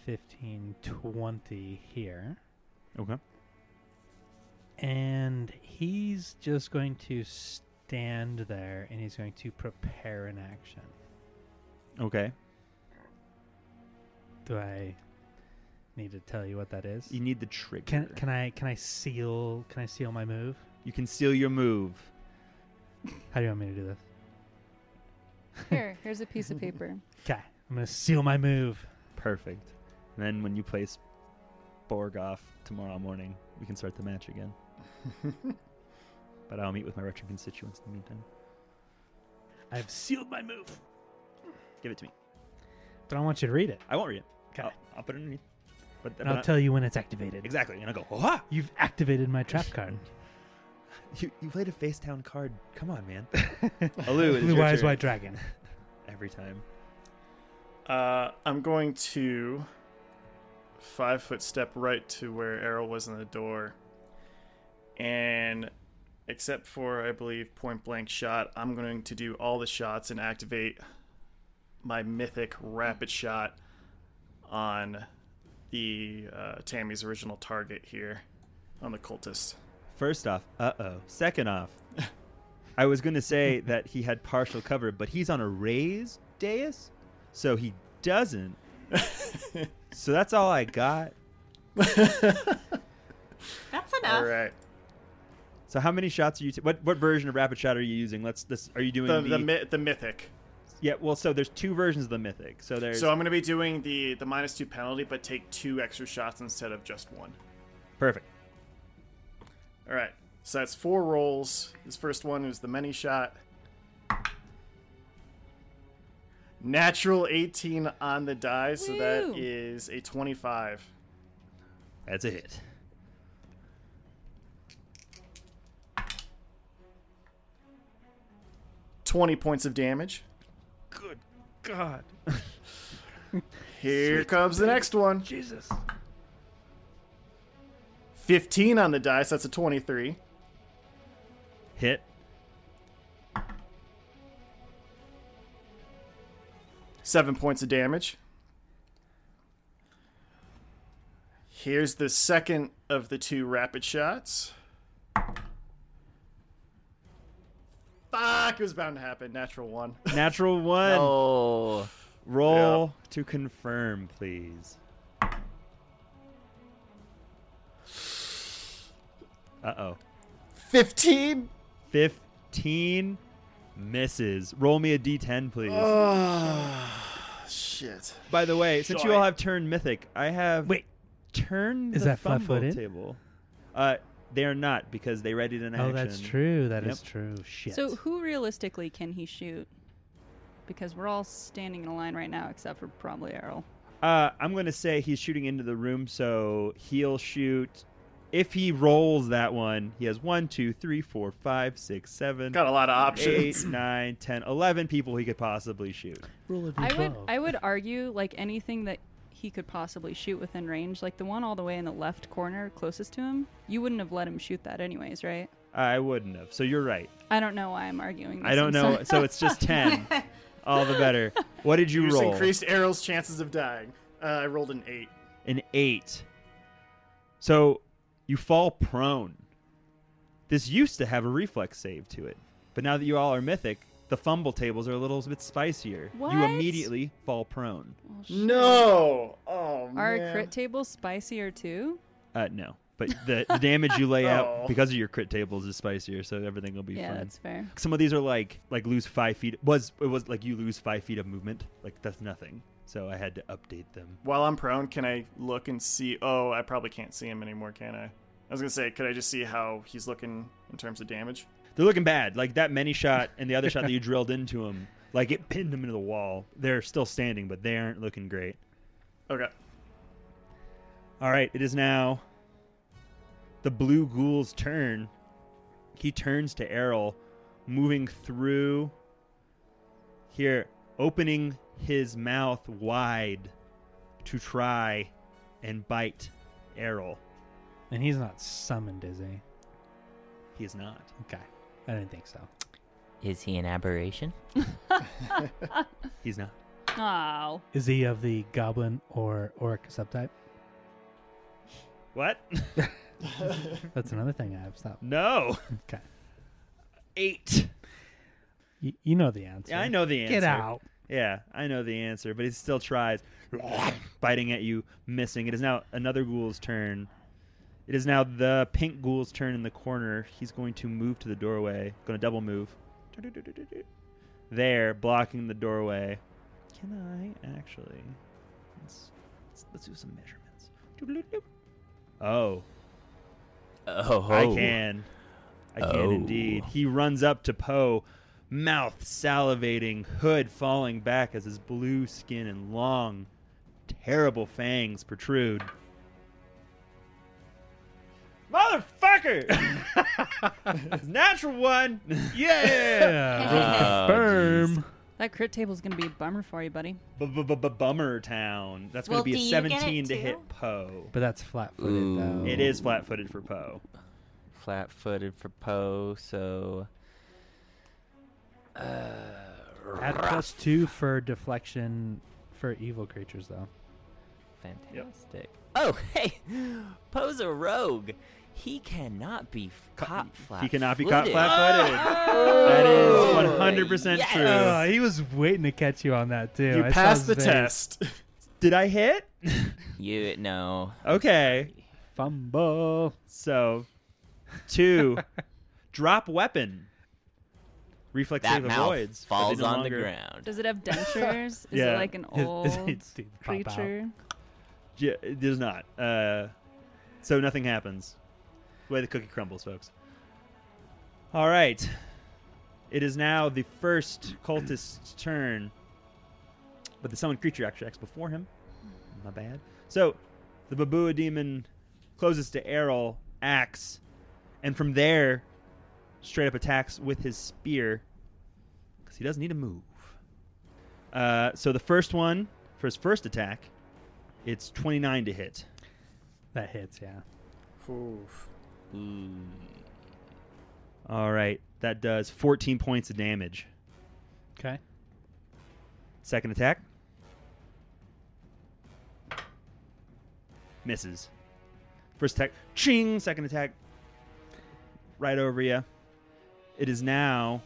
15 20 here.
Okay.
And he's just going to stand there and he's going to prepare an action.
Okay.
Do I need to tell you what that is?
You need the trigger.
Can can I can I seal can I seal my move?
you can steal your move.
How do you want me to do this?
Here, here's a piece of paper.
Okay, I'm gonna seal my move.
Perfect. And then when you place Borgoff tomorrow morning, we can start the match again. but I'll meet with my retro constituents in the meantime.
I've sealed my move,
Give it to me.
but I want you to read it.
I won't read it.
Okay,
I'll, I'll put it underneath. But,
and I'll tell you when it's activated.
exactly, and I'll go. Aha!
You've activated my trap card.
You, you played a Facetown card. Come on, man. Alu, it is
Blue
your
eyes,
turn.
white dragon.
Every time.
Uh, I'm going to five foot step right to where Errol was in the door. And except for, I believe, point blank shot, I'm going to do all the shots and activate my mythic rapid shot on the uh, Tammy's original target here on the cultist.
First off, uh oh. Second off, I was going to say that he had partial cover, but he's on a raised dais, so he doesn't. so that's all I got.
That's
All
enough.
right.
So how many shots are you? T- what what version of rapid shot are you using? Let's this. Are you doing
The,
the,
the, mi- the mythic.
yeah? Well, so there's two versions of the mythic. So there's
So I'm going to be doing the, the minus two penalty, but take two extra shots instead of just one.
perfect.
All right. So that's four rolls. This first one was the many shot. Natural 18 on the die, so
Woo.
that is a 25.
That's a hit.
Twenty points of damage.
Good God.
Here comes the next one.
Jesus.
Fifteen on the die, so that's a twenty-three.
Hit.
Seven points of damage. Here's the second of the two rapid shots. Fuck! It was bound to happen. Natural one.
Natural one.
Oh,
Roll to confirm, please. Uh oh.
15
15 misses. Roll me a d10, please.
Oh,
Ah, shit
By the way, since you all have turn mythic, I have
Wait,
turn
Is
the
that
fumble
flat-footed?
table. Uh, they are not because they readied an action.
oh, that's true. That is
Yep.
true. Shit.
So who realistically can he shoot? Because we're all standing in a line right now, except for probably Errol.
Uh, I'm gonna say he's shooting into the room, so he'll shoot. If he rolls that one, he has one, two, three, four, five, six, seven,
got a lot of
eight,
options
nine, ten, eleven people he could possibly shoot.
roll a
I would
D12.
I would argue like anything that he could possibly shoot within range, like the one all the way in the left corner closest to him, you wouldn't have let him shoot that anyways, right?
I wouldn't have. So you're right.
I don't know why I'm arguing this.
I don't know.
I'm sorry.
So it's just ten. All the better. What did you
you just
roll?
increased errol's chances of dying uh, i rolled an eight
an eight. So you fall prone. This used to have a reflex save to it, but now that you all are mythic, the fumble tables are a little bit spicier. You
What?
immediately fall prone.
Well, Oh, shit.
no oh
Are crit tables spicier too?
Uh, no, but the, the damage you lay out
Oh.
because of your crit tables is spicier, so everything will be
yeah,
fine.
that's fair.
Some of these are like like lose five feet. Was it was like you lose five feet of movement? Like that's nothing. So I had to update them.
While I'm prone, can I look and see? Oh, I probably can't see him anymore, can I? I was gonna say, could I just see how he's looking in terms of damage?
They're looking bad. Like that many shot and the other shot that you drilled into him, like it pinned him into the wall. They're still standing, but they aren't looking great.
Okay.
All right, it is now the blue ghoul's turn. He turns to Errol, moving through here, opening his mouth wide to try and bite Errol.
And he's not summoned, is he?
He is not.
Okay. I didn't think so.
Is he an aberration?
He's not.
Oh,
Is he of the goblin or orc subtype?
What?
That's another thing I have. Stop.
no.
Okay.
Eight.
Y- you know the answer.
Yeah, I know the answer.
Get out.
Yeah, I know the answer, but he still tries biting at you, missing. It is now another ghoul's turn. It is now the pink ghoul's turn in the corner. He's going to move to the doorway. Going to double move. There, blocking the doorway. Can I actually? Let's let's, let's do some measurements. Oh,
Oh,
I can. I can
Oh.
indeed. He runs up to Poe, mouth salivating, hood falling back as his blue skin and long, terrible fangs protrude. Motherfucker! It's natural one! Uh,
Yeah. Firm.
that crit table's gonna be a bummer for you, buddy.
Bummer Town. That's going
Well,
to
do
be a
you get it
17 to
too?
hit Poe.
But that's flat footed,
Ooh.
though.
It is flat footed for Poe.
Flat footed for Poe, so. Uh,
Add plus two for deflection for evil creatures, though.
Fantastic. Oh, hey! Poe's a rogue. He cannot be f- caught flat.
He cannot be caught
footed.
flat footed. That is
Oh,
100%
yes.
true.
Oh, he was waiting to catch you on that, too.
you
I saw
passed the
his face.
test.
Did I hit?
You no.
okay.
Fumble.
So, two, drop weapon. Reflex
That
save
mouth
avoids. but they
falls
no
on the
longer-
ground.
Does it have dentures? Is
Yeah.
it like an
His-
old
his teeth pop out.
creature?
Yeah, it does not. Uh, so nothing happens. The way the cookie crumbles, folks. All right. It is now the first cultist's turn, but the summoned creature actually acts before him. My bad. So the Babua demon closes to Errol, acts, and from there, straight up attacks with his spear because he doesn't need to move. Uh, so the first one, for his first attack, it's 29 to hit.
That hits, yeah.
Oof.
All right, that does 14 points of damage.
Okay.
Second attack. Misses. First attack, ching! Second attack, right over you. It is now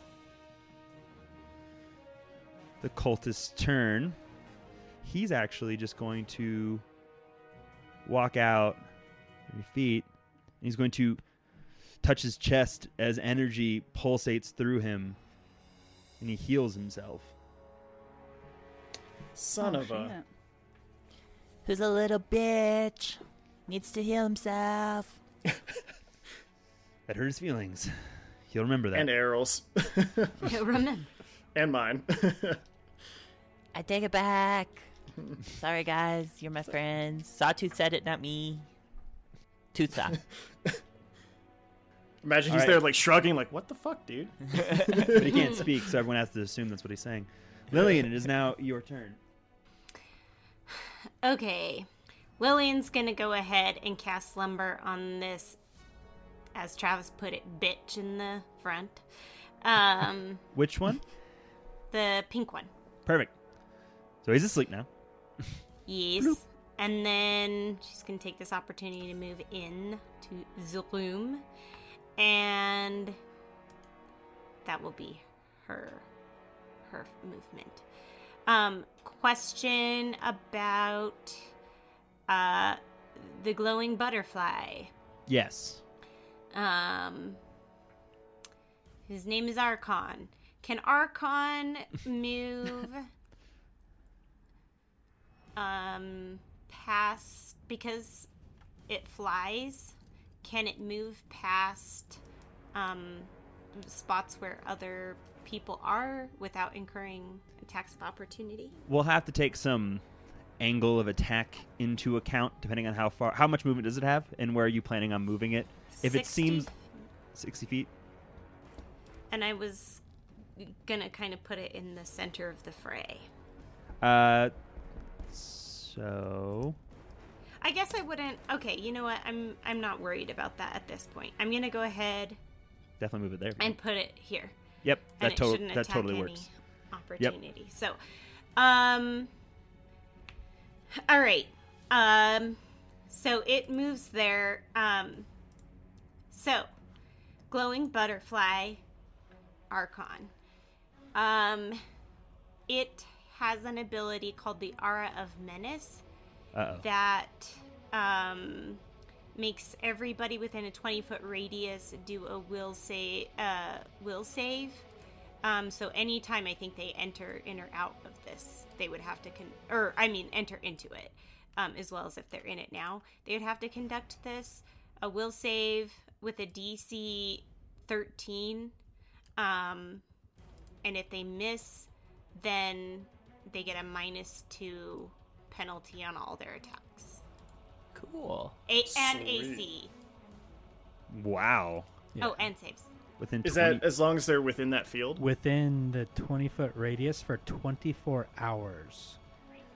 the cultist's turn. He's actually just going to walk out 30 feet, and he's going to touch his chest as energy pulsates through him, and he heals himself.
Son
Oh,
of a.
shit.
Who's a little bitch? Needs to heal himself.
That hurt his feelings. He'll remember that.
And Errol's.
Remember.
and mine.
I take it back. Sorry, guys. You're my friends. Sawtooth said it, not me. Tooth saw.
Imagine he's
All right.
there, like, shrugging, like, what the fuck, dude?
but he can't speak, so everyone has to assume that's what he's saying. Lillian, it is now your turn.
Okay. Lillian's going to go ahead and cast Slumber on this, as Travis put it, bitch in the front. Um,
Which one?
the pink one.
Perfect. So he's asleep now.
Yes. And then she's going to take this opportunity to move in to the room. And that will be her her movement. Um question about uh the glowing butterfly.
Yes.
Um, his name is Archon. Can Archon move um past because it flies? Can it move past um spots where other people are without incurring attacks of opportunity?
We'll have to take some angle of attack into account depending on how far how much movement does it have and where are you planning on moving it? If it
60
seems 60 feet.
and I was gonna kind of put it in the center of the fray.
Uh so
I guess I wouldn't. Okay, you know what? I'm I'm not worried about that at this point. I'm gonna go ahead
definitely move it there.
and put it here,
yep,
and
that
it
totally
shouldn't
that
attack
totally
any
works.
opportunity. So, um, all right. Um, so it moves there. Um, so glowing butterfly archon. Um, it has an ability called the aura of menace
Uh-oh.
that um, makes everybody within a 20 foot radius do a will save. Uh, will save. Um, so anytime I think they enter in or out of this, they would have to con- or I mean enter into it, um, as well as if they're in it now, they would have to conduct this a will save with a DC 13. Um, and if they miss, then they get a minus two penalty on all their attacks.
Cool.
A- and
Sweet.
AC.
Wow.
Oh, and saves.
Within
Is
20
that as long as they're within that field?
within the 20 foot radius for 24 hours.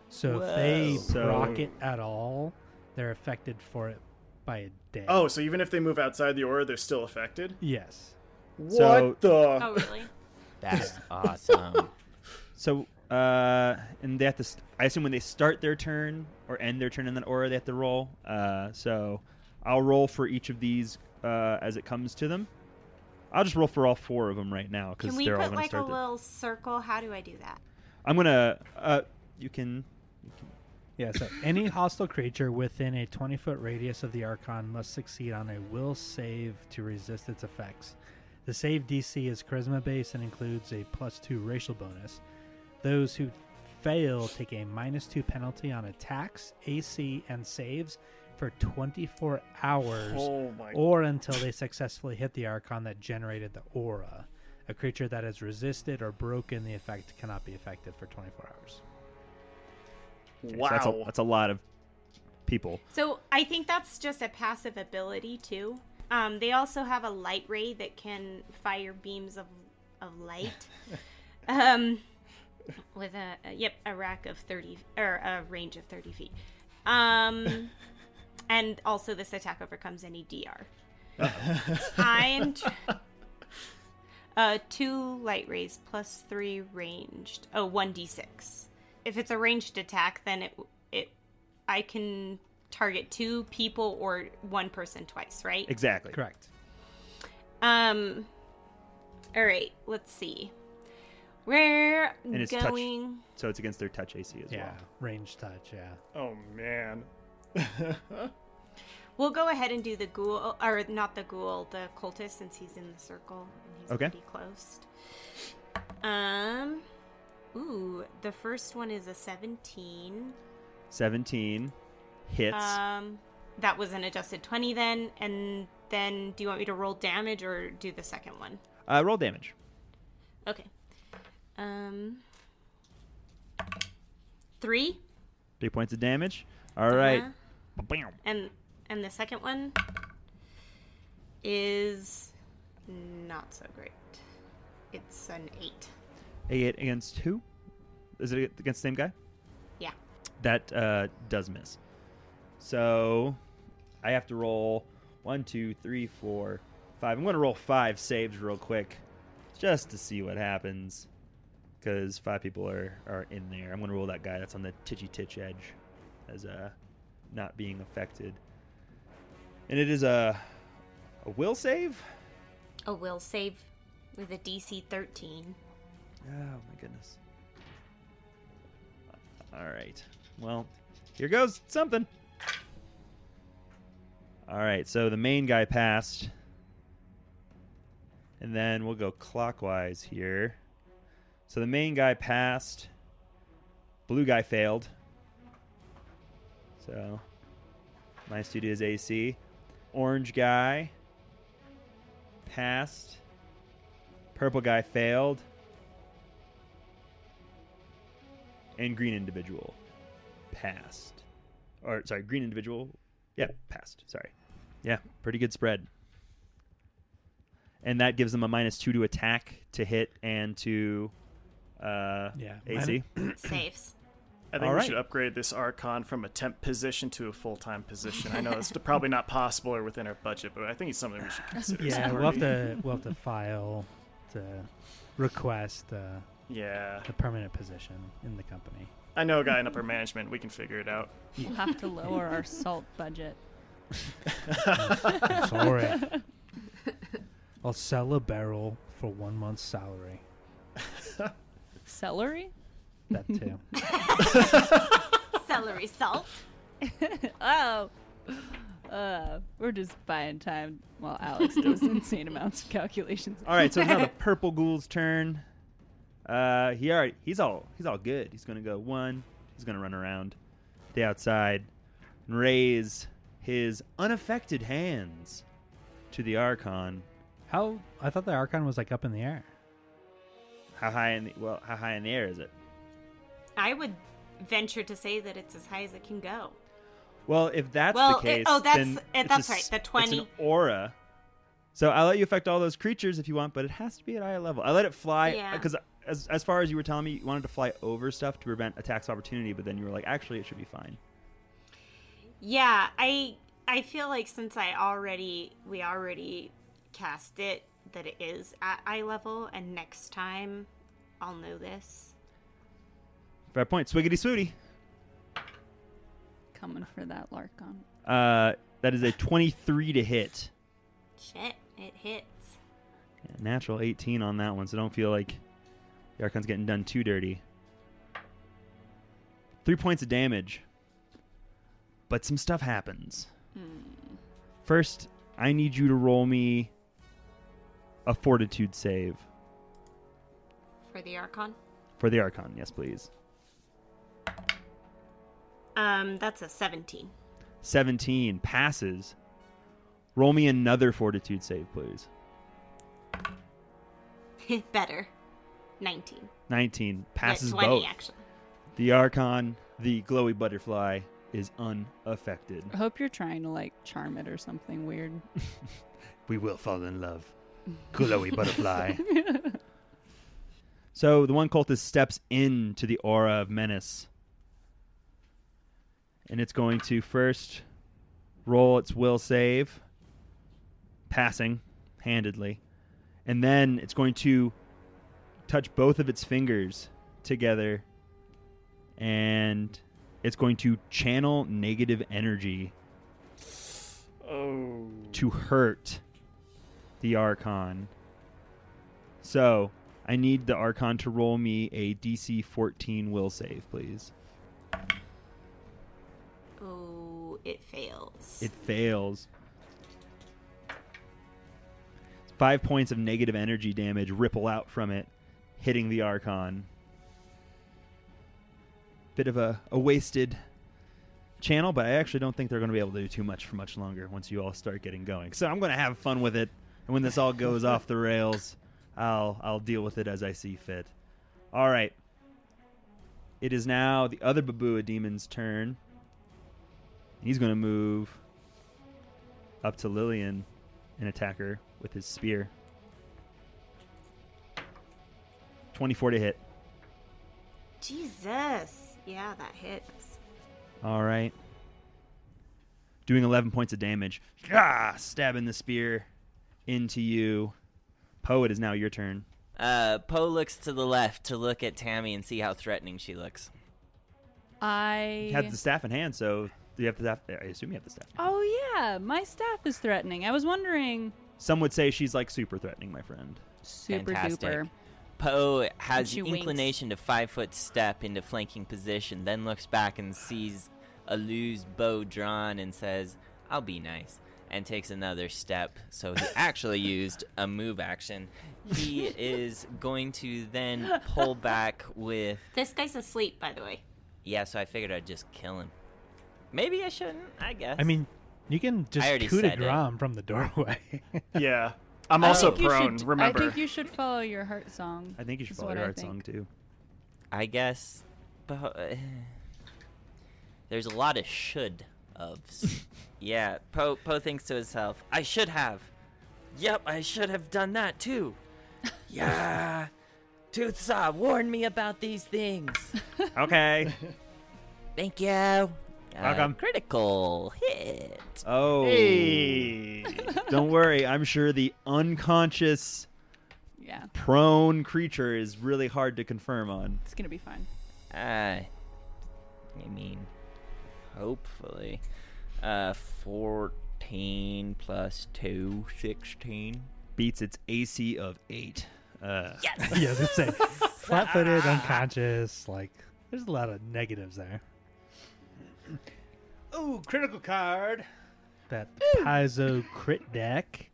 So if they
So-
proc it at all, they're affected for it by a day.
Oh, so even if they move outside the aura, they're still affected?
yes.
So-
what the?
Oh, really?
That's awesome.
So, uh, and they have to. St- I assume when they start their turn or end their turn in that aura, they have to roll. Uh, so, I'll roll for each of these uh, as it comes to them. I'll just roll for all four of them right now
Can
because
we
they're
put
all going to
like a
start. their-
little circle? How do I do that?
I'm gonna. Uh, you can.
Yeah, so any hostile creature within a 20 foot radius of the Archon must succeed on a will save to resist its effects. The save DC is charisma based and includes a plus two racial bonus. Those who fail take a minus two penalty on attacks, AC, and saves for 24 hours
Oh my.
or until they successfully hit the Archon that generated the aura. A creature that has resisted or broken the effect cannot be affected for 24 hours.
So that's, a,
Wow.
that's a lot of people.
So I think that's just a passive ability too. Um, they also have a light ray that can fire beams of of light. um, with a, a- yep a rack of thirty or a range of thirty feet. Um, and also this attack overcomes any DR. I'm tr- uh, two light rays plus three ranged. Oh, 1d6. If it's a ranged attack, then it it I can target two people or one person twice, right?
Exactly.
Correct.
Um. All right. Let's see. We're
And it's touch.
going.
So it's against their touch AC as
Yeah.
well.
Range touch, yeah.
Oh man.
We'll go ahead and do the ghoul, or not the ghoul, the cultist, since he's in the circle and he's
Okay.
pretty close. Um. Ooh, the first one is a seventeen.
Seventeen hits.
Um, that was an adjusted twenty then, and then do you want me to roll damage or do the second one?
uh, roll damage.
Okay. Um. Three.
Three points of damage. All right.
Uh-huh.
Bam.
and and the second one is not so great. It's an eight.
Eight against who? Is it against the same guy?
Yeah.
That uh, does miss. So I have to roll one, two, three, four, five. I'm going to roll five saves real quick just to see what happens because five people are, are in there. I'm going to roll that guy that's on the titchy titch edge as uh, not being affected. And it is a, a will save?
A will save with a DC thirteen.
Oh my goodness. All right. Well, here goes something. All right, so the main guy passed. And then we'll go clockwise here. So the main guy passed. Blue guy failed. So minus two to his AC. Orange guy passed. Purple guy failed. And green individual passed. Or sorry, green individual. Yeah, passed. Sorry. Yeah, pretty good spread. And that gives them a minus two to attack, to hit, and to uh,
Yeah,
AC.
Saves.
I think
All
we
right.
should upgrade this Archon from a temp position to a full time position. I know it's probably not possible or within our budget, but I think it's something we should consider.
Yeah, we'll have
supporting.
to we'll have to file to request uh,
Yeah.
a permanent position in the company.
I know a guy in upper management. We can figure it out.
We'll have to lower our salt budget.
Sorry, I'll sell a barrel for one month's salary.
Celery?
That too.
Celery salt.
Oh. Uh, we're just buying time while Alex does insane amounts of calculations.
All right, so it's now the purple ghoul's turn. Uh, he already he's all he's all good. He's gonna go one. He's gonna run around the outside and raise his unaffected hands to the archon.
How I thought the archon was like up in the air.
How high in the well? How high in the air is it?
I would venture to say that it's as high as it can go.
Well, if that's
Well,
the
it-
case,
oh, that's-
then
uh,
it's
that's
a
right,
s-
the
it's an
20.
aura. So I'll let you affect all those creatures if you want, but it has to be at eye level. I let it fly
Yeah.
because as as far as you were telling me, you wanted to fly over stuff to prevent attacks of opportunity, but then you were like, actually, it should be fine.
Yeah, I I feel like since I already we already cast it that it is at eye level, and next time I'll know this.
Fair point. Swiggity swooty.
Coming for that Larkon.
Uh, that is a 23 to hit.
Shit, it hits.
Yeah, Natural 18 on that one, so don't feel like the Archon's getting done too dirty. Three points of damage. But some stuff happens. First, I need you to roll me a fortitude save
For the Archon.
for the Archon. Yes, please.
Um, that's a seventeen.
17 passes. Roll me another fortitude save, please.
Better. Nineteen.
19
Yeah,
passes
Twenty
both.
actually.
The Archon, the glowy butterfly, is unaffected.
I hope you're trying to like charm it or something weird.
We will fall in love. Glowy butterfly. so the one cultist steps into the aura of menace. And it's going to first roll its will save, passing handedly. And then it's going to touch both of its fingers together. And it's going to channel negative energy
Oh.
to hurt the Archon. So I need the Archon to roll me a DC 14 will save, please.
Oh, it fails.
It fails. Five points of negative energy damage ripple out from it, hitting the Archon. Bit of a, a wasted channel, but I actually don't think they're going to be able to do too much for much longer once you all start getting going. So I'm going to have fun with it, and when this all goes off the rails, I'll I'll deal with it as I see fit. All right. It is now the other Babua demon's turn. He's going to move up to Lillian and attack her with his spear. 24 to hit.
Jesus. Yeah, that hits.
All right. Doing 11 points of damage. Ah, stabbing the spear into you. Poe, it is now your turn.
Uh, Poe looks to the left to look at Tammy and see how threatening she looks.
I
You have the staff in hand, so you have the staff. I assume you have the staff.
Oh yeah, my staff is threatening. I was wondering.
Some would say she's like super threatening, my friend.
Super
Fantastic.
duper.
Poe has
She
the
winks.
inclination to five foot step into flanking position, then looks back and sees a loose bow drawn and says, I'll be nice. and takes another step. So he actually used a move action. He is going to then pull back with.
This guy's asleep, by the way.
Yeah, so I figured I'd just kill him. Maybe I shouldn't, I guess.
I mean, you can just
already
coup de
said it.
grace from the doorway.
Yeah. I'm
I
also
think you
prone,
should-
remember.
I think you should follow your heart song.
I think you should
is
follow
what
your
I
heart
think.
song too.
I guess. But, uh, there's a lot of should ofs. yeah, Poe po thinks to himself, I should have. Yep, I should have done that too. Yeah. Toothsaw warned me about these things.
Okay.
Thank you. Uh,
Welcome.
critical hit.
Oh.
Hey.
Don't worry. I'm sure the unconscious
Yeah,
prone creature is really hard to confirm on.
it's gonna be fine.
Uh, I mean, hopefully. Uh, 14 plus 2, 16.
Beats its AC of eight. Uh,
Yes!
yeah, just say flat footed, unconscious. Like, there's a lot of negatives there. Ooh, critical card. That Paizo crit deck.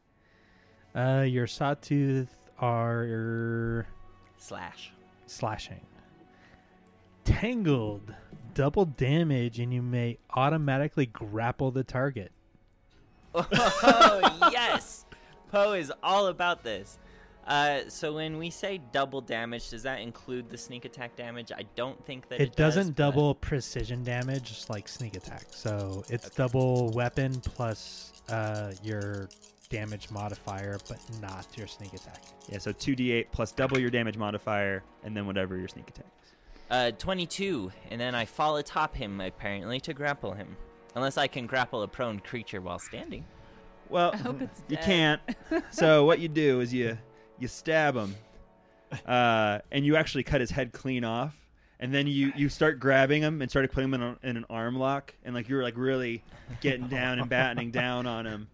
Uh, your sawtooth are
Slash.
slashing. Tangled, double damage, and you may automatically grapple the target.
Oh, yes! Poe is all about this. Uh, so when we say double damage, does that include the sneak attack damage? I don't think that
It,
it, does,
doesn't
but-
double precision damage just like sneak attack. So it's double weapon plus uh, your damage modifier, but not your sneak attack.
yeah, so 2d8 plus double your damage modifier, and then whatever your sneak attack is.
Uh, 22, and then I fall atop him, apparently, to grapple him. Unless I can grapple a prone creature while standing.
Well,
I hope it's
you
dead.
can't. so what you do is you you stab him, uh, and you actually cut his head clean off. And then you, you start grabbing him and start putting him in, a, in an arm lock, and like you're like really getting down and battening down on him,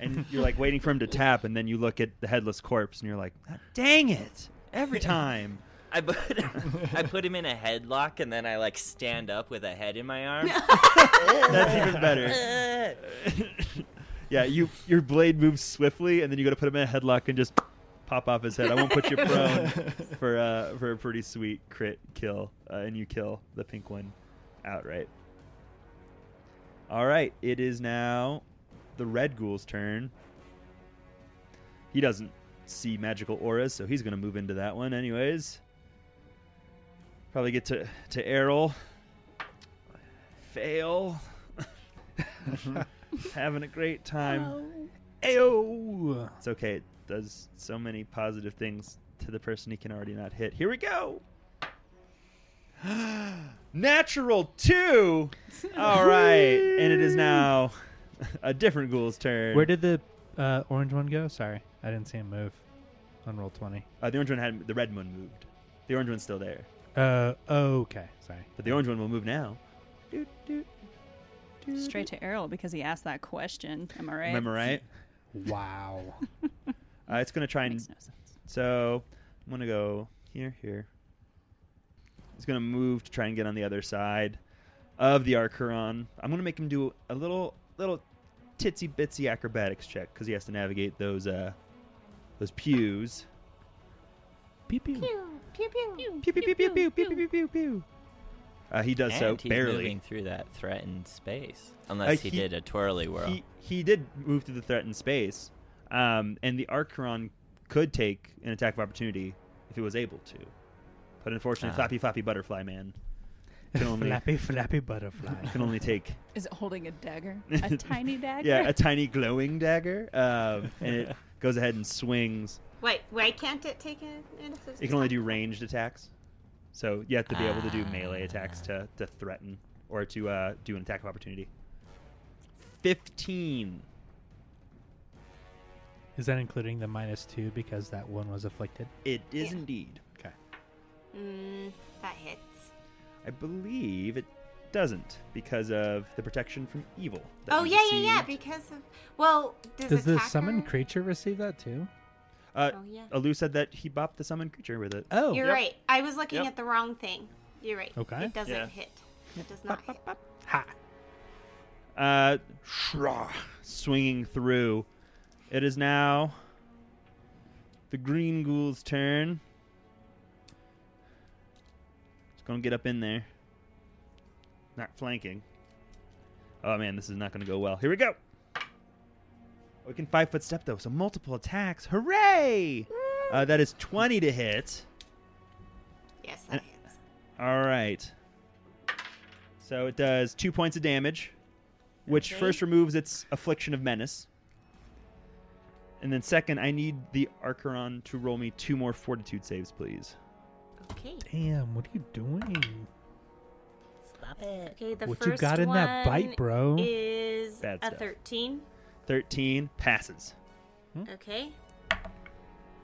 and you're like waiting for him to tap, and then you look at the headless corpse, and you're like, "Ah, dang it, every time.
I put I put him in a headlock and then I like stand up with a head in my arm.
That's even better.
Uh,
Yeah, you your blade moves swiftly, and then you go to put him in a headlock and just pop off his head. I won't put you prone for uh, for a pretty sweet crit kill, uh, and you kill the pink one outright. All right, it is now the red ghoul's turn. He doesn't see magical auras, so he's gonna move into that one anyways. Probably get to to Errol. Fail. Having a great time.
Oh.
Ayo!
It's okay. It does so many positive things to the person he can already not hit. Here we go. Natural two. All right, and it is now a different ghoul's turn.
Where did the uh, orange one go? Sorry, I didn't see him move on roll 20.
uh, the orange one had the red one moved? The orange one's still there,
Uh, okay, sorry.
but the orange one will move now. Doot, doot, doot,
Straight to Errol because he asked that question. Am I
doot.
right?
Remember right?
Wow.
Uh, it's gonna try and
Makes no sense.
So I'm gonna go here, here. He's gonna move to try and get on the other side of the Arcuron. I'm gonna make him do a little, little titsy bitsy acrobatics check because he has to navigate those, uh, those pews.
pew, pew.
Pew, pew, pew.
Pew pew pew pew pew pew pew pew. pew. Uh, he does so
and he's
barely.
moving through that threatened space, unless he,
he-
did a twirly whirl.
He he did move through the threatened space, um, and the Archeron could take an attack of opportunity if it was able to, but unfortunately,
Ah.
Flappy Flappy Butterfly Man can only
flappy, flappy butterfly.
can only take
Is it holding a dagger? A tiny dagger?
yeah a tiny glowing dagger, um, and it goes ahead and swings.
Wait, why can't it take an
It can only do ranged attacks, so you have to be able to do
Ah.
melee attacks to to threaten or to uh, do an attack of opportunity. Fifteen.
Is that including the minus two because that one was afflicted?
It is
Yeah.
indeed.
Okay.
Mm, that hits.
I believe it doesn't because of the protection from evil. that
Oh
we
yeah, yeah, yeah.
received.
Because of well, does,
Does the summon
attacker-
creature receive that too?
Uh,
Oh yeah.
Alu said that he bopped the summoned creature with it.
Oh,
You're
Yep.
right. I was looking
Yep.
at the wrong thing. You're right.
Okay.
It doesn't
Yeah.
hit. It does not hit.
ha!
Uh, shra, swinging through. It is now the green ghoul's turn. It's going to get up in there. Not flanking. Oh man, this is not going to go well. Here we go. We can five foot step though, so multiple attacks. Hooray! Uh, that is 20 to hit.
Yes, that
Eh.
hits.
All right. So it does two points of damage, which
Okay.
first removes its affliction of menace. And then second, I need the Archeron to roll me two more fortitude saves, please.
Okay.
Damn, what are you doing?
Stop it.
Okay, the
What you
first
got in that bite,
one
bro?
Is
Bad
a
stuff.
13.
13 passes.
Okay.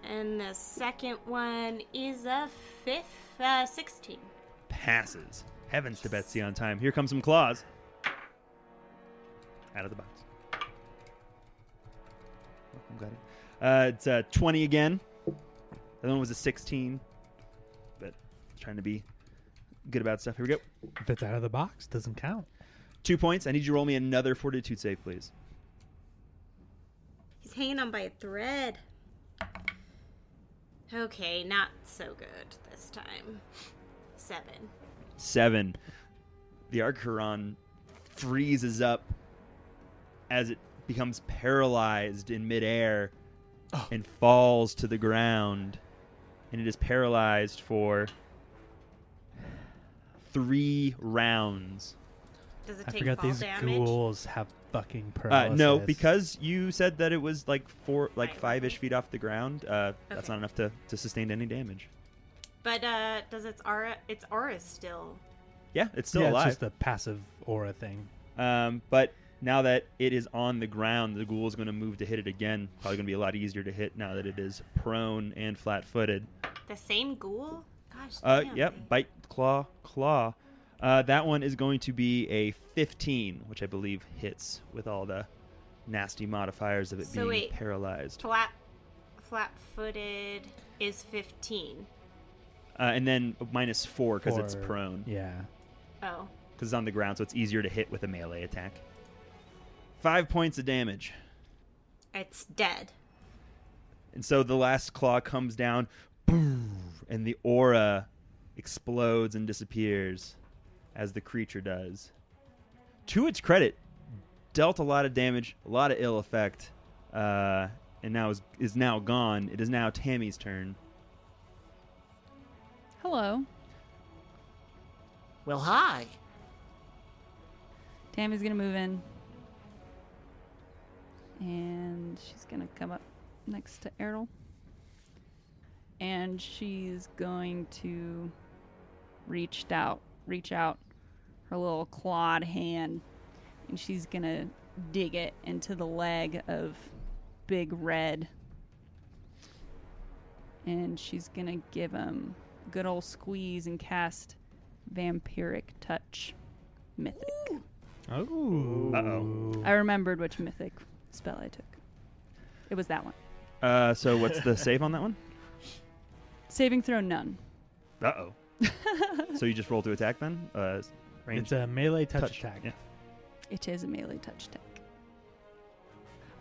And the second one is a fifth, uh, 16.
Passes. Heavens to Betsy on time. Here comes some claws. Out of the box. Oh, I'm glad it- Uh, it's uh, 20 again. The other one was a 16. But trying to be good about stuff. Here we go.
If it's out of the box, doesn't count.
Two points. I need you to roll me another fortitude save, please.
He's hanging on by a thread. Okay, not so good this time. Seven.
Seven. The Archeron freezes up as it becomes paralyzed in midair
Oh.
and falls to the ground. And it is paralyzed for three rounds.
Does it
I
take
forgot
fall
these
damage?
ghouls have fucking
Uh,
paralysis.
no, because you said that it was like four, like
Right.
five ish feet off the ground. Uh, That's
Okay.
not enough to, to sustain any damage.
But uh, does its aura? Its aura is still.
Yeah, it's still
yeah,
alive.
it's just a passive aura thing.
Um, but now that it is on the ground, the ghoul is going to move to hit it again. Probably going to be a lot easier to hit now that it is prone and flat-footed.
The same ghoul? Gosh.
Uh,
damn,
yep,
they-
bite, claw, claw. Uh, that one is going to be a 15, which I believe hits with all the nasty modifiers of it
So
being
wait.
paralyzed.
Flat, flat-footed is fifteen.
Uh, and then minus four because it's
for-
prone.
Yeah.
Oh,
because it's on the ground, so it's easier to hit with a melee attack. Five points of damage.
it's dead.
And so the last claw comes down, boom, and the aura explodes and disappears as the creature does. To its credit, dealt a lot of damage, a lot of ill effect, uh, and now is, is now gone. It is now Tammy's turn.
Hello.
Well, hi.
Tammy's gonna move in. And she's gonna come up next to Errol. And she's going to reached out reach out her little clawed hand and she's gonna dig it into the leg of Big Red. And she's gonna give him a good old squeeze and cast vampiric touch mythic.
Oh.
Uh-oh.
I remembered which mythic spell I took. It was that one.
Uh, so what's the save on that one?
Saving throw none.
Uh oh. so you just roll to attack then? Uh, range
It's a melee touch, attack.
Yeah.
It is a melee touch attack.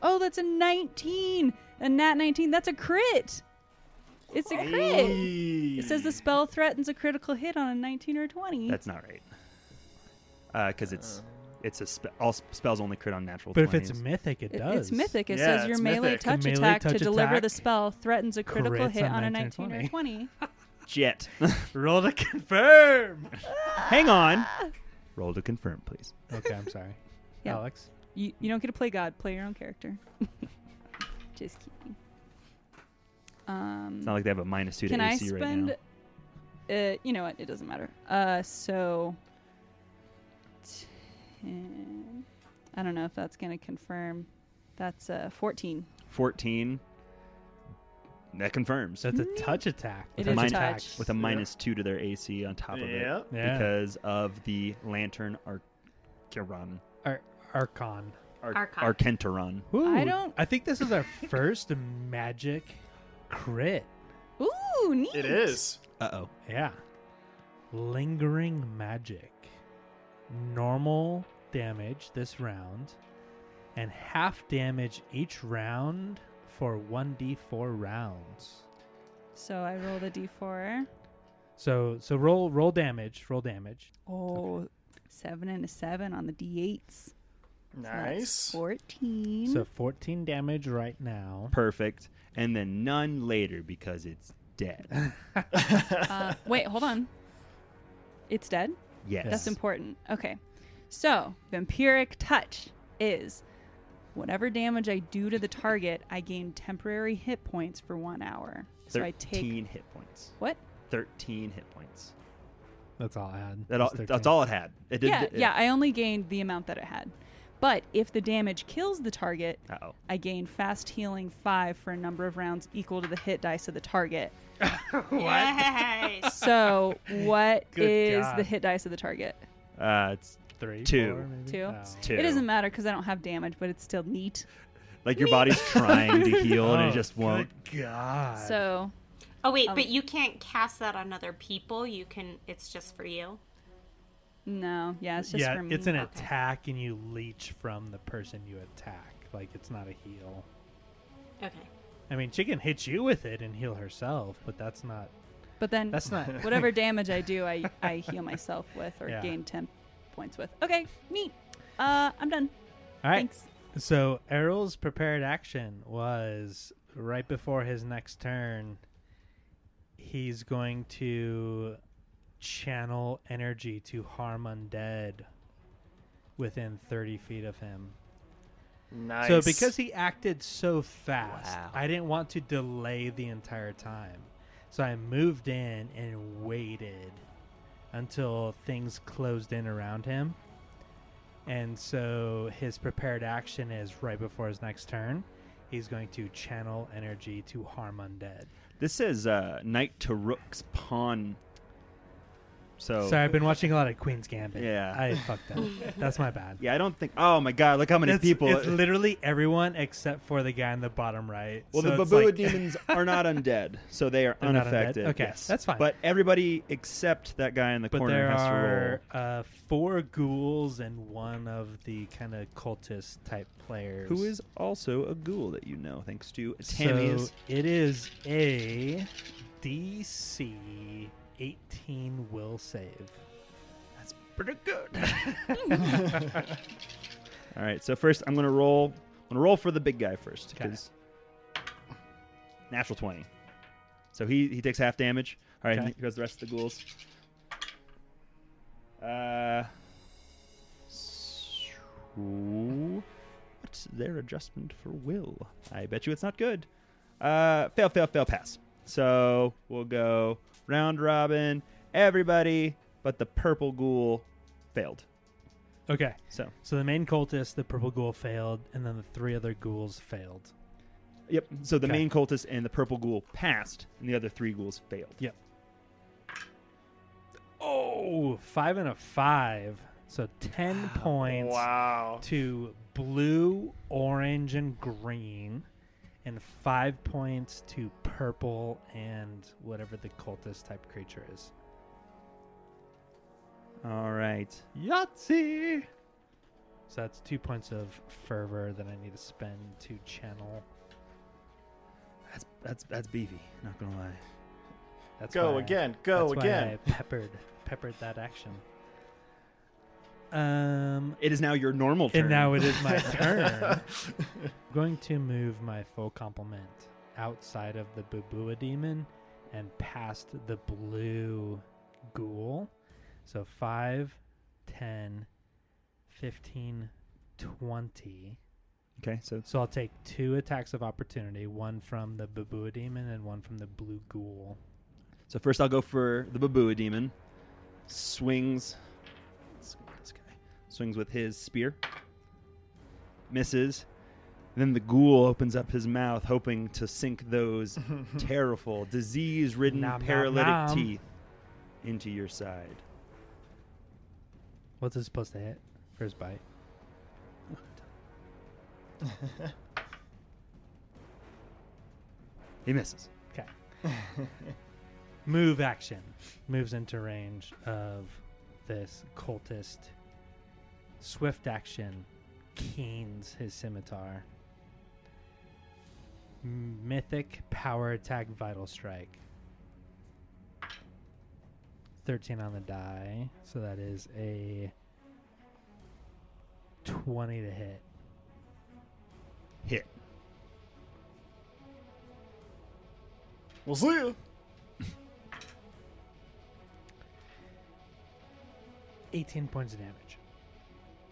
Oh, that's a 19! A nat 19. That's a crit! It's a crit! It says the spell threatens a critical hit on a 19 or 20.
That's not right. Because
Uh.
it's it's a spe- all sp- spells only crit on natural.
But if it's
20s.
mythic, it
It-
does.
It's mythic. It
Yeah,
says your
it's
melee
mythic.
touch
A melee
attack to
touch
deliver the
attack
spell threatens a critical
crits
hit
on
on a
19 or
19 or 20.
jet,
Roll to confirm.
hang on. Roll to confirm, please.
okay, I'm sorry.
Yeah.
Alex.
You, you don't get to play God. Play your own character. Just kidding. Um,
It's not like they have a minus two to
Can I
AC right
spend?
now.
Uh, you know what? It doesn't matter. Uh, so. 10, I don't know if that's gonna confirm. That's uh, fourteen.
Fourteen. That confirms
So it's a touch attack.
Mm. It
Touch
is a
attack.
touch.
with a minus two to their AC on top of it
Yep.
Yeah.
because of the lantern Archeron.
Ar- Archon.
Ar-
Archon.
Arkenteron.
I
Ooh,
don't-
I think this is our first magic crit.
Ooh, neat.
It is.
Uh oh.
Yeah. Lingering magic. Normal damage this round and half damage each round for 1d4 rounds.
So I rolled a d4.
So so roll roll damage, roll damage.
Oh, seven and a seven on the d8s.
Nice.
14.
So 14 damage right now.
Perfect. And then none later because it's dead.
uh, wait, hold on. It's dead?
Yes.
That's important. Okay. So, Vampiric Touch is whatever damage I do to the target, I gain temporary hit points for one hour. So I take.
13 hit points.
What?
13 hit points.
That's all I had.
That all,
Just 13.
that's all it had. It did,
yeah,
it-
yeah, I only gained the amount that it had. But if the damage kills the target,
Uh-oh.
I gain fast healing five for a number of rounds equal to the hit dice of the target.
Yes.
So, what is
Good God.
the hit dice of the target?
Uh, it's
Three,
Two.
four, maybe?
Two?
Oh.
two.
It doesn't matter because I don't have damage, but it's still neat.
Like your body's trying to heal and
Oh,
it just won't.
Good God.
So,
oh wait,
Um,
but you can't cast that on other people. You can. It's just for you.
no, yeah, it's just
yeah,
for me.
it's an
Okay.
attack, and you leech from the person you attack. Like it's not a heal.
Okay.
I mean, she can hit you with it and heal herself, but that's not.
But then
That's not.
whatever damage I do, I, I heal myself with or
Yeah.
gain 10 points with. Okay, neat. Uh, I'm done.
all right.
Thanks.
So Errol's prepared action was right before his next turn. He's going to channel energy to harm undead within 30 feet of him.
Nice.
So because he acted so fast,
Wow.
I didn't want to delay the entire time. So I moved in and waited until things closed in around him. And so his prepared action is right before his next turn. He's going to channel energy to harm undead.
This is uh, Knight to Rook's Pawn. So
Sorry, I've been watching a lot of Queen's Gambit.
Oh. Yeah.
I fucked up. That's my bad.
yeah, I don't think. Oh my god! Look how many
It's,
people.
it's literally everyone except for the guy in the bottom right.
well,
So
the
it's
Babua
like-
demons are not undead, so they are
They're not undead?
unaffected.
Okay,
yes.
that's fine.
But everybody except that guy in the
But
corner
there
has
are uh, four ghouls and one of the kind of cultist type
to
players.
roll. Who is also a ghoul that you know, thanks to Tammy's.
So it is a DC 18 will save. That's pretty good.
All right, so first I'm gonna roll. I'm gonna roll for the big guy first
'Kay.
because natural twenty. So he he takes half damage. All right,
'Kay.
and here goes the rest of the ghouls. Uh, s- ooh, what's their adjustment for will? I bet you it's not good. Uh, fail, fail, fail, pass. So we'll go round robin. Everybody but the purple ghoul failed.
okay,
So
so the main cultist, the purple ghoul failed, and then the three other ghouls failed.
Yep. So the
Okay.
main cultist and the purple ghoul passed, and the other three ghouls failed.
Yep. Oh, five and a five. So 10 points.
Wow.
to blue, orange, and green, and five points to purple and whatever the cultist type creature is.
All right.
Yahtzee! So that's two points of fervor that I need to spend to channel.
That's that's that's beefy. Not gonna lie.
That's
Go
why I-
again. Go
that's why
again.
I peppered, peppered that action. Um,
It is now your normal turn.
and now it is my turn. going to move my full complement outside of the Bubua demon and past the blue ghoul. So 5, 10, 15, 20.
okay. So
So I'll take two attacks of opportunity one from the Bubua demon and one from the blue ghoul.
so first I'll go for the babua demon. Swings. Let's go with this guy. Swings with his spear. Misses. Then the ghoul opens up his mouth, hoping to sink those terrible, disease-ridden,
Nom, nom,
paralytic
nom.
teeth into your side.
What's it supposed to hit? First bite.
He misses.
Okay. Move action. Moves into range of this cultist Swift action canes his scimitar. Mythic power attack vital strike. 13 on the die, so that is a 20 to hit.
Hit.
We'll see ya.
18 points of damage.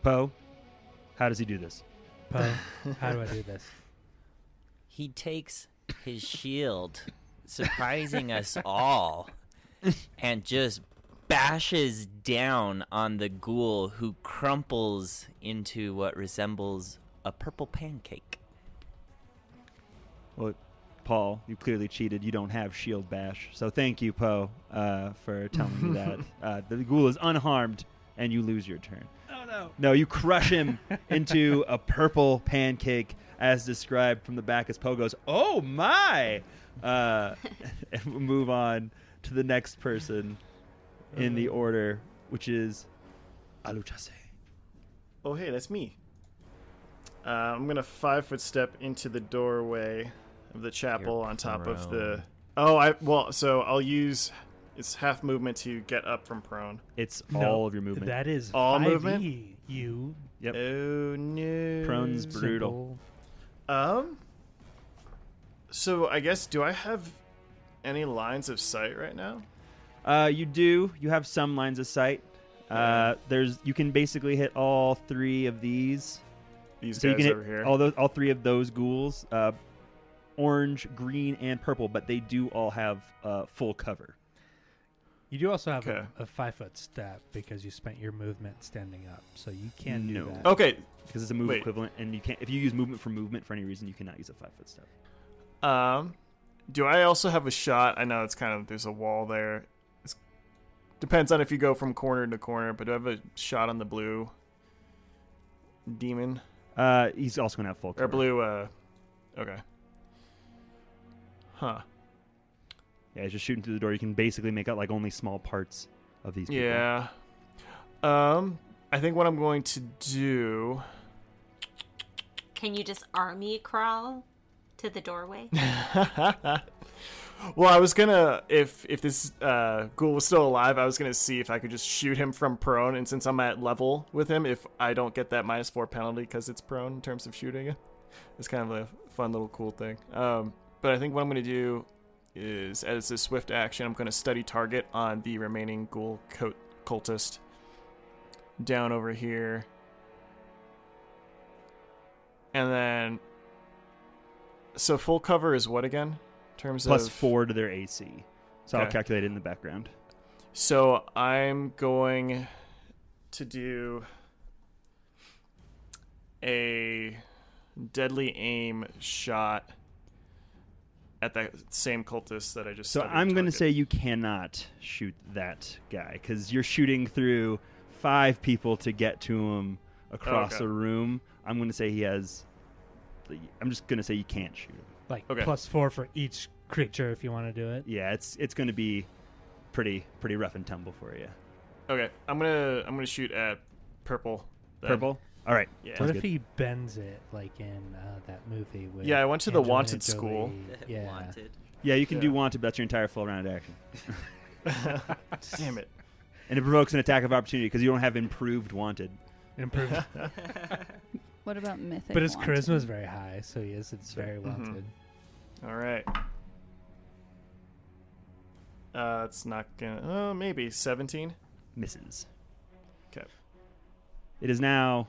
Poe, how does he do this?
Poe, how do I do this?
He takes his shield, surprising us all, and just bashes down on the ghoul who crumples into what resembles a purple pancake.
Well, Paul, you clearly cheated. You don't have shield E bash. So thank you, Poe, uh, for telling me that. Uh, the ghoul is unharmed, and you lose your turn.
Oh no.
No, you crush him into a purple pancake as described from the back as Poe goes, Oh my! Uh, and we'll move on to the next person in
Uh.
the order, which is Aluchase.
Oh, hey, that's me. Uh, I'm gonna five foot step into the doorway of the chapel
You're
on top
prone.
of the. Oh, I well, so I'll use it's half movement to get up from prone.
It's
No,
all of your movement.
That is
All
5e,
movement?
You
Yep.
Oh no,
Prone's brutal.
simple-
Um. So I guess do I have any lines of sight right now?
Uh, you do. You have some lines of sight. Uh, there's you can basically hit all three of these.
These
So you can
guys
hit
over here.
all those, all three of those ghouls, uh, orange, green, and purple. But they do all have uh, full cover.
You do also have
Okay.
a, a five foot step because you spent your movement standing up, so you can
No.
do that.
okay.
because it's a move
Wait.
equivalent, and you can't. If you use movement for movement for any reason, you cannot use a five foot step.
Um, do I also have a shot? I know it's kind of there's a wall there. It's, depends on if you go from corner to corner, but do I have a shot on the blue demon
Uh, he's also gonna have full cover.
or blue? Uh, okay. Huh.
Yeah, he's just shooting through the door. You can basically make out like only small parts of these. people.
Yeah. Um, I think what I'm going to do.
Can you just army crawl to the doorway?
Well, I was gonna if if this uh, ghoul was still alive, I was gonna see if I could just shoot him from prone. And since I'm at level with him, if I don't get that minus four penalty because it's prone in terms of shooting, it's kind of a fun little cool thing. Um, but I think what I'm gonna do is as a swift action, I'm gonna study target on the remaining ghoul co- cultist down over here, and then so full cover is what again? In terms
plus
of
four to their AC. So I'll
Okay.
calculate it in the background.
So I'm going to do a deadly aim shot at that same cultist that I just.
So
studied
I'm going to
target.
say you cannot shoot that guy because you're shooting through five people to get to him across
Okay.
a room. I'm going to say he has. I'm just going to say you can't shoot him.
Like
Okay.
plus four for each creature if you want to do it.
Yeah, it's it's going to be pretty pretty rough and tumble for you.
Okay, I'm gonna I'm gonna shoot at purple. then.
Purple. All right.
Yeah.
what
Sounds
if
good.
he bends it like in uh, that movie? With
Yeah, I went to the
Angelina
Wanted school.
Jolie? Yeah,
Wanted.
Yeah, you can do
Yeah.
wanted. That's your entire full round action,
Damn it.
and it provokes an attack of opportunity because you don't have improved wanted.
improved.
What about mythic?
but his
wanted?
charisma is very high, so yes, it's very
Mhm.
wanted.
All right. Uh, it's not gonna. Uh, maybe 17.
misses.
'Kay.
It is now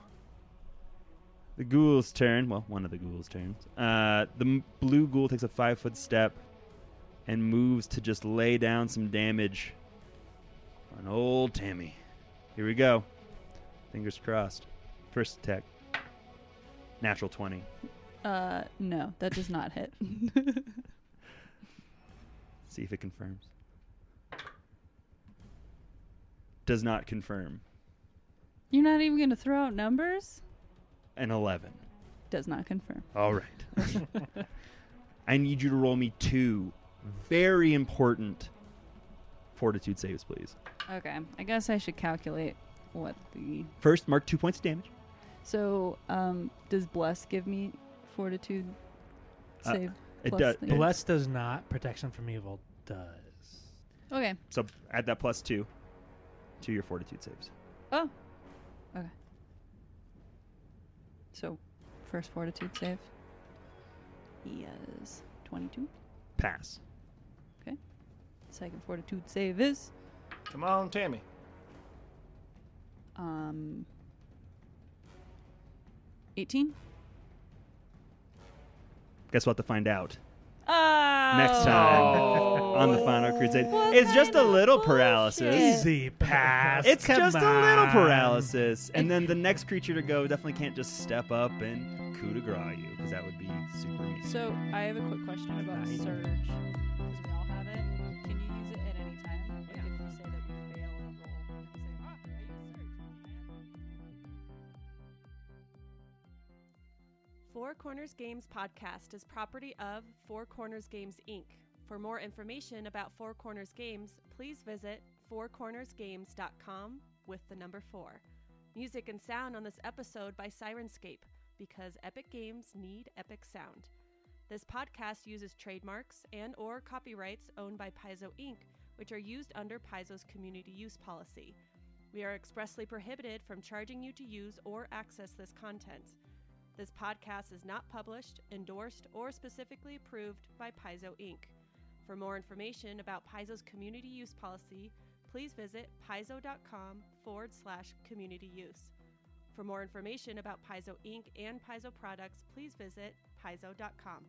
the ghoul's turn. Well, one of the ghoul's turns. Uh, the m- blue ghoul takes a five foot step and moves to just lay down some damage on old Tammy. Here we go. Fingers crossed. First attack. Natural 20.
Uh, no, that does not hit.
See if it confirms. Does not confirm.
You're not even gonna throw out numbers.
An 11.
Does not confirm.
All right. I need you to roll me two very important fortitude saves, please.
Okay, I guess I should calculate what the
First, mark two points of damage.
so um does bless give me fortitude
Uh,
save?
It
Plus
does.
the-
it-
Bless does not. Protection from evil does.
okay.
So add that plus two to your fortitude saves.
Oh. Okay. So, first fortitude save. Yes, 22.
Pass.
Second fortitude save is
Come on, Tammy.
um 18.
Guess we'll have to find out
Oh.
Next time on the final crusade. it's just a
kind of
little
bullshit.
paralysis.
Easy pass.
It's
come
just a little
on.
paralysis. And then the next creature to go definitely can't just step up and coup de grace you because that would be super mean.
So, I have a quick question about
Nine.
surge because we all have it. Can you use it at any time? Like if we say that we fail a roll, we say, "Ah, I used surge."
Four Corners Games podcast is property of Four Corners Games Inc. For more information about Four Corners Games, please visit fourcornersgames.com with the number 4. Music and sound on this episode by Sirenscape because epic games need epic sound. This podcast uses trademarks and or copyrights owned by Paizo Inc., which are used under Paizo's community use policy. We are expressly prohibited from charging you to use or access this content. This podcast is not published, endorsed, or specifically approved by Paizo Inc. For more information about Paizo's community use policy, please visit paizo.com forward slash community use. For more information about Paizo Inc. and Paizo products, please visit paizo.com.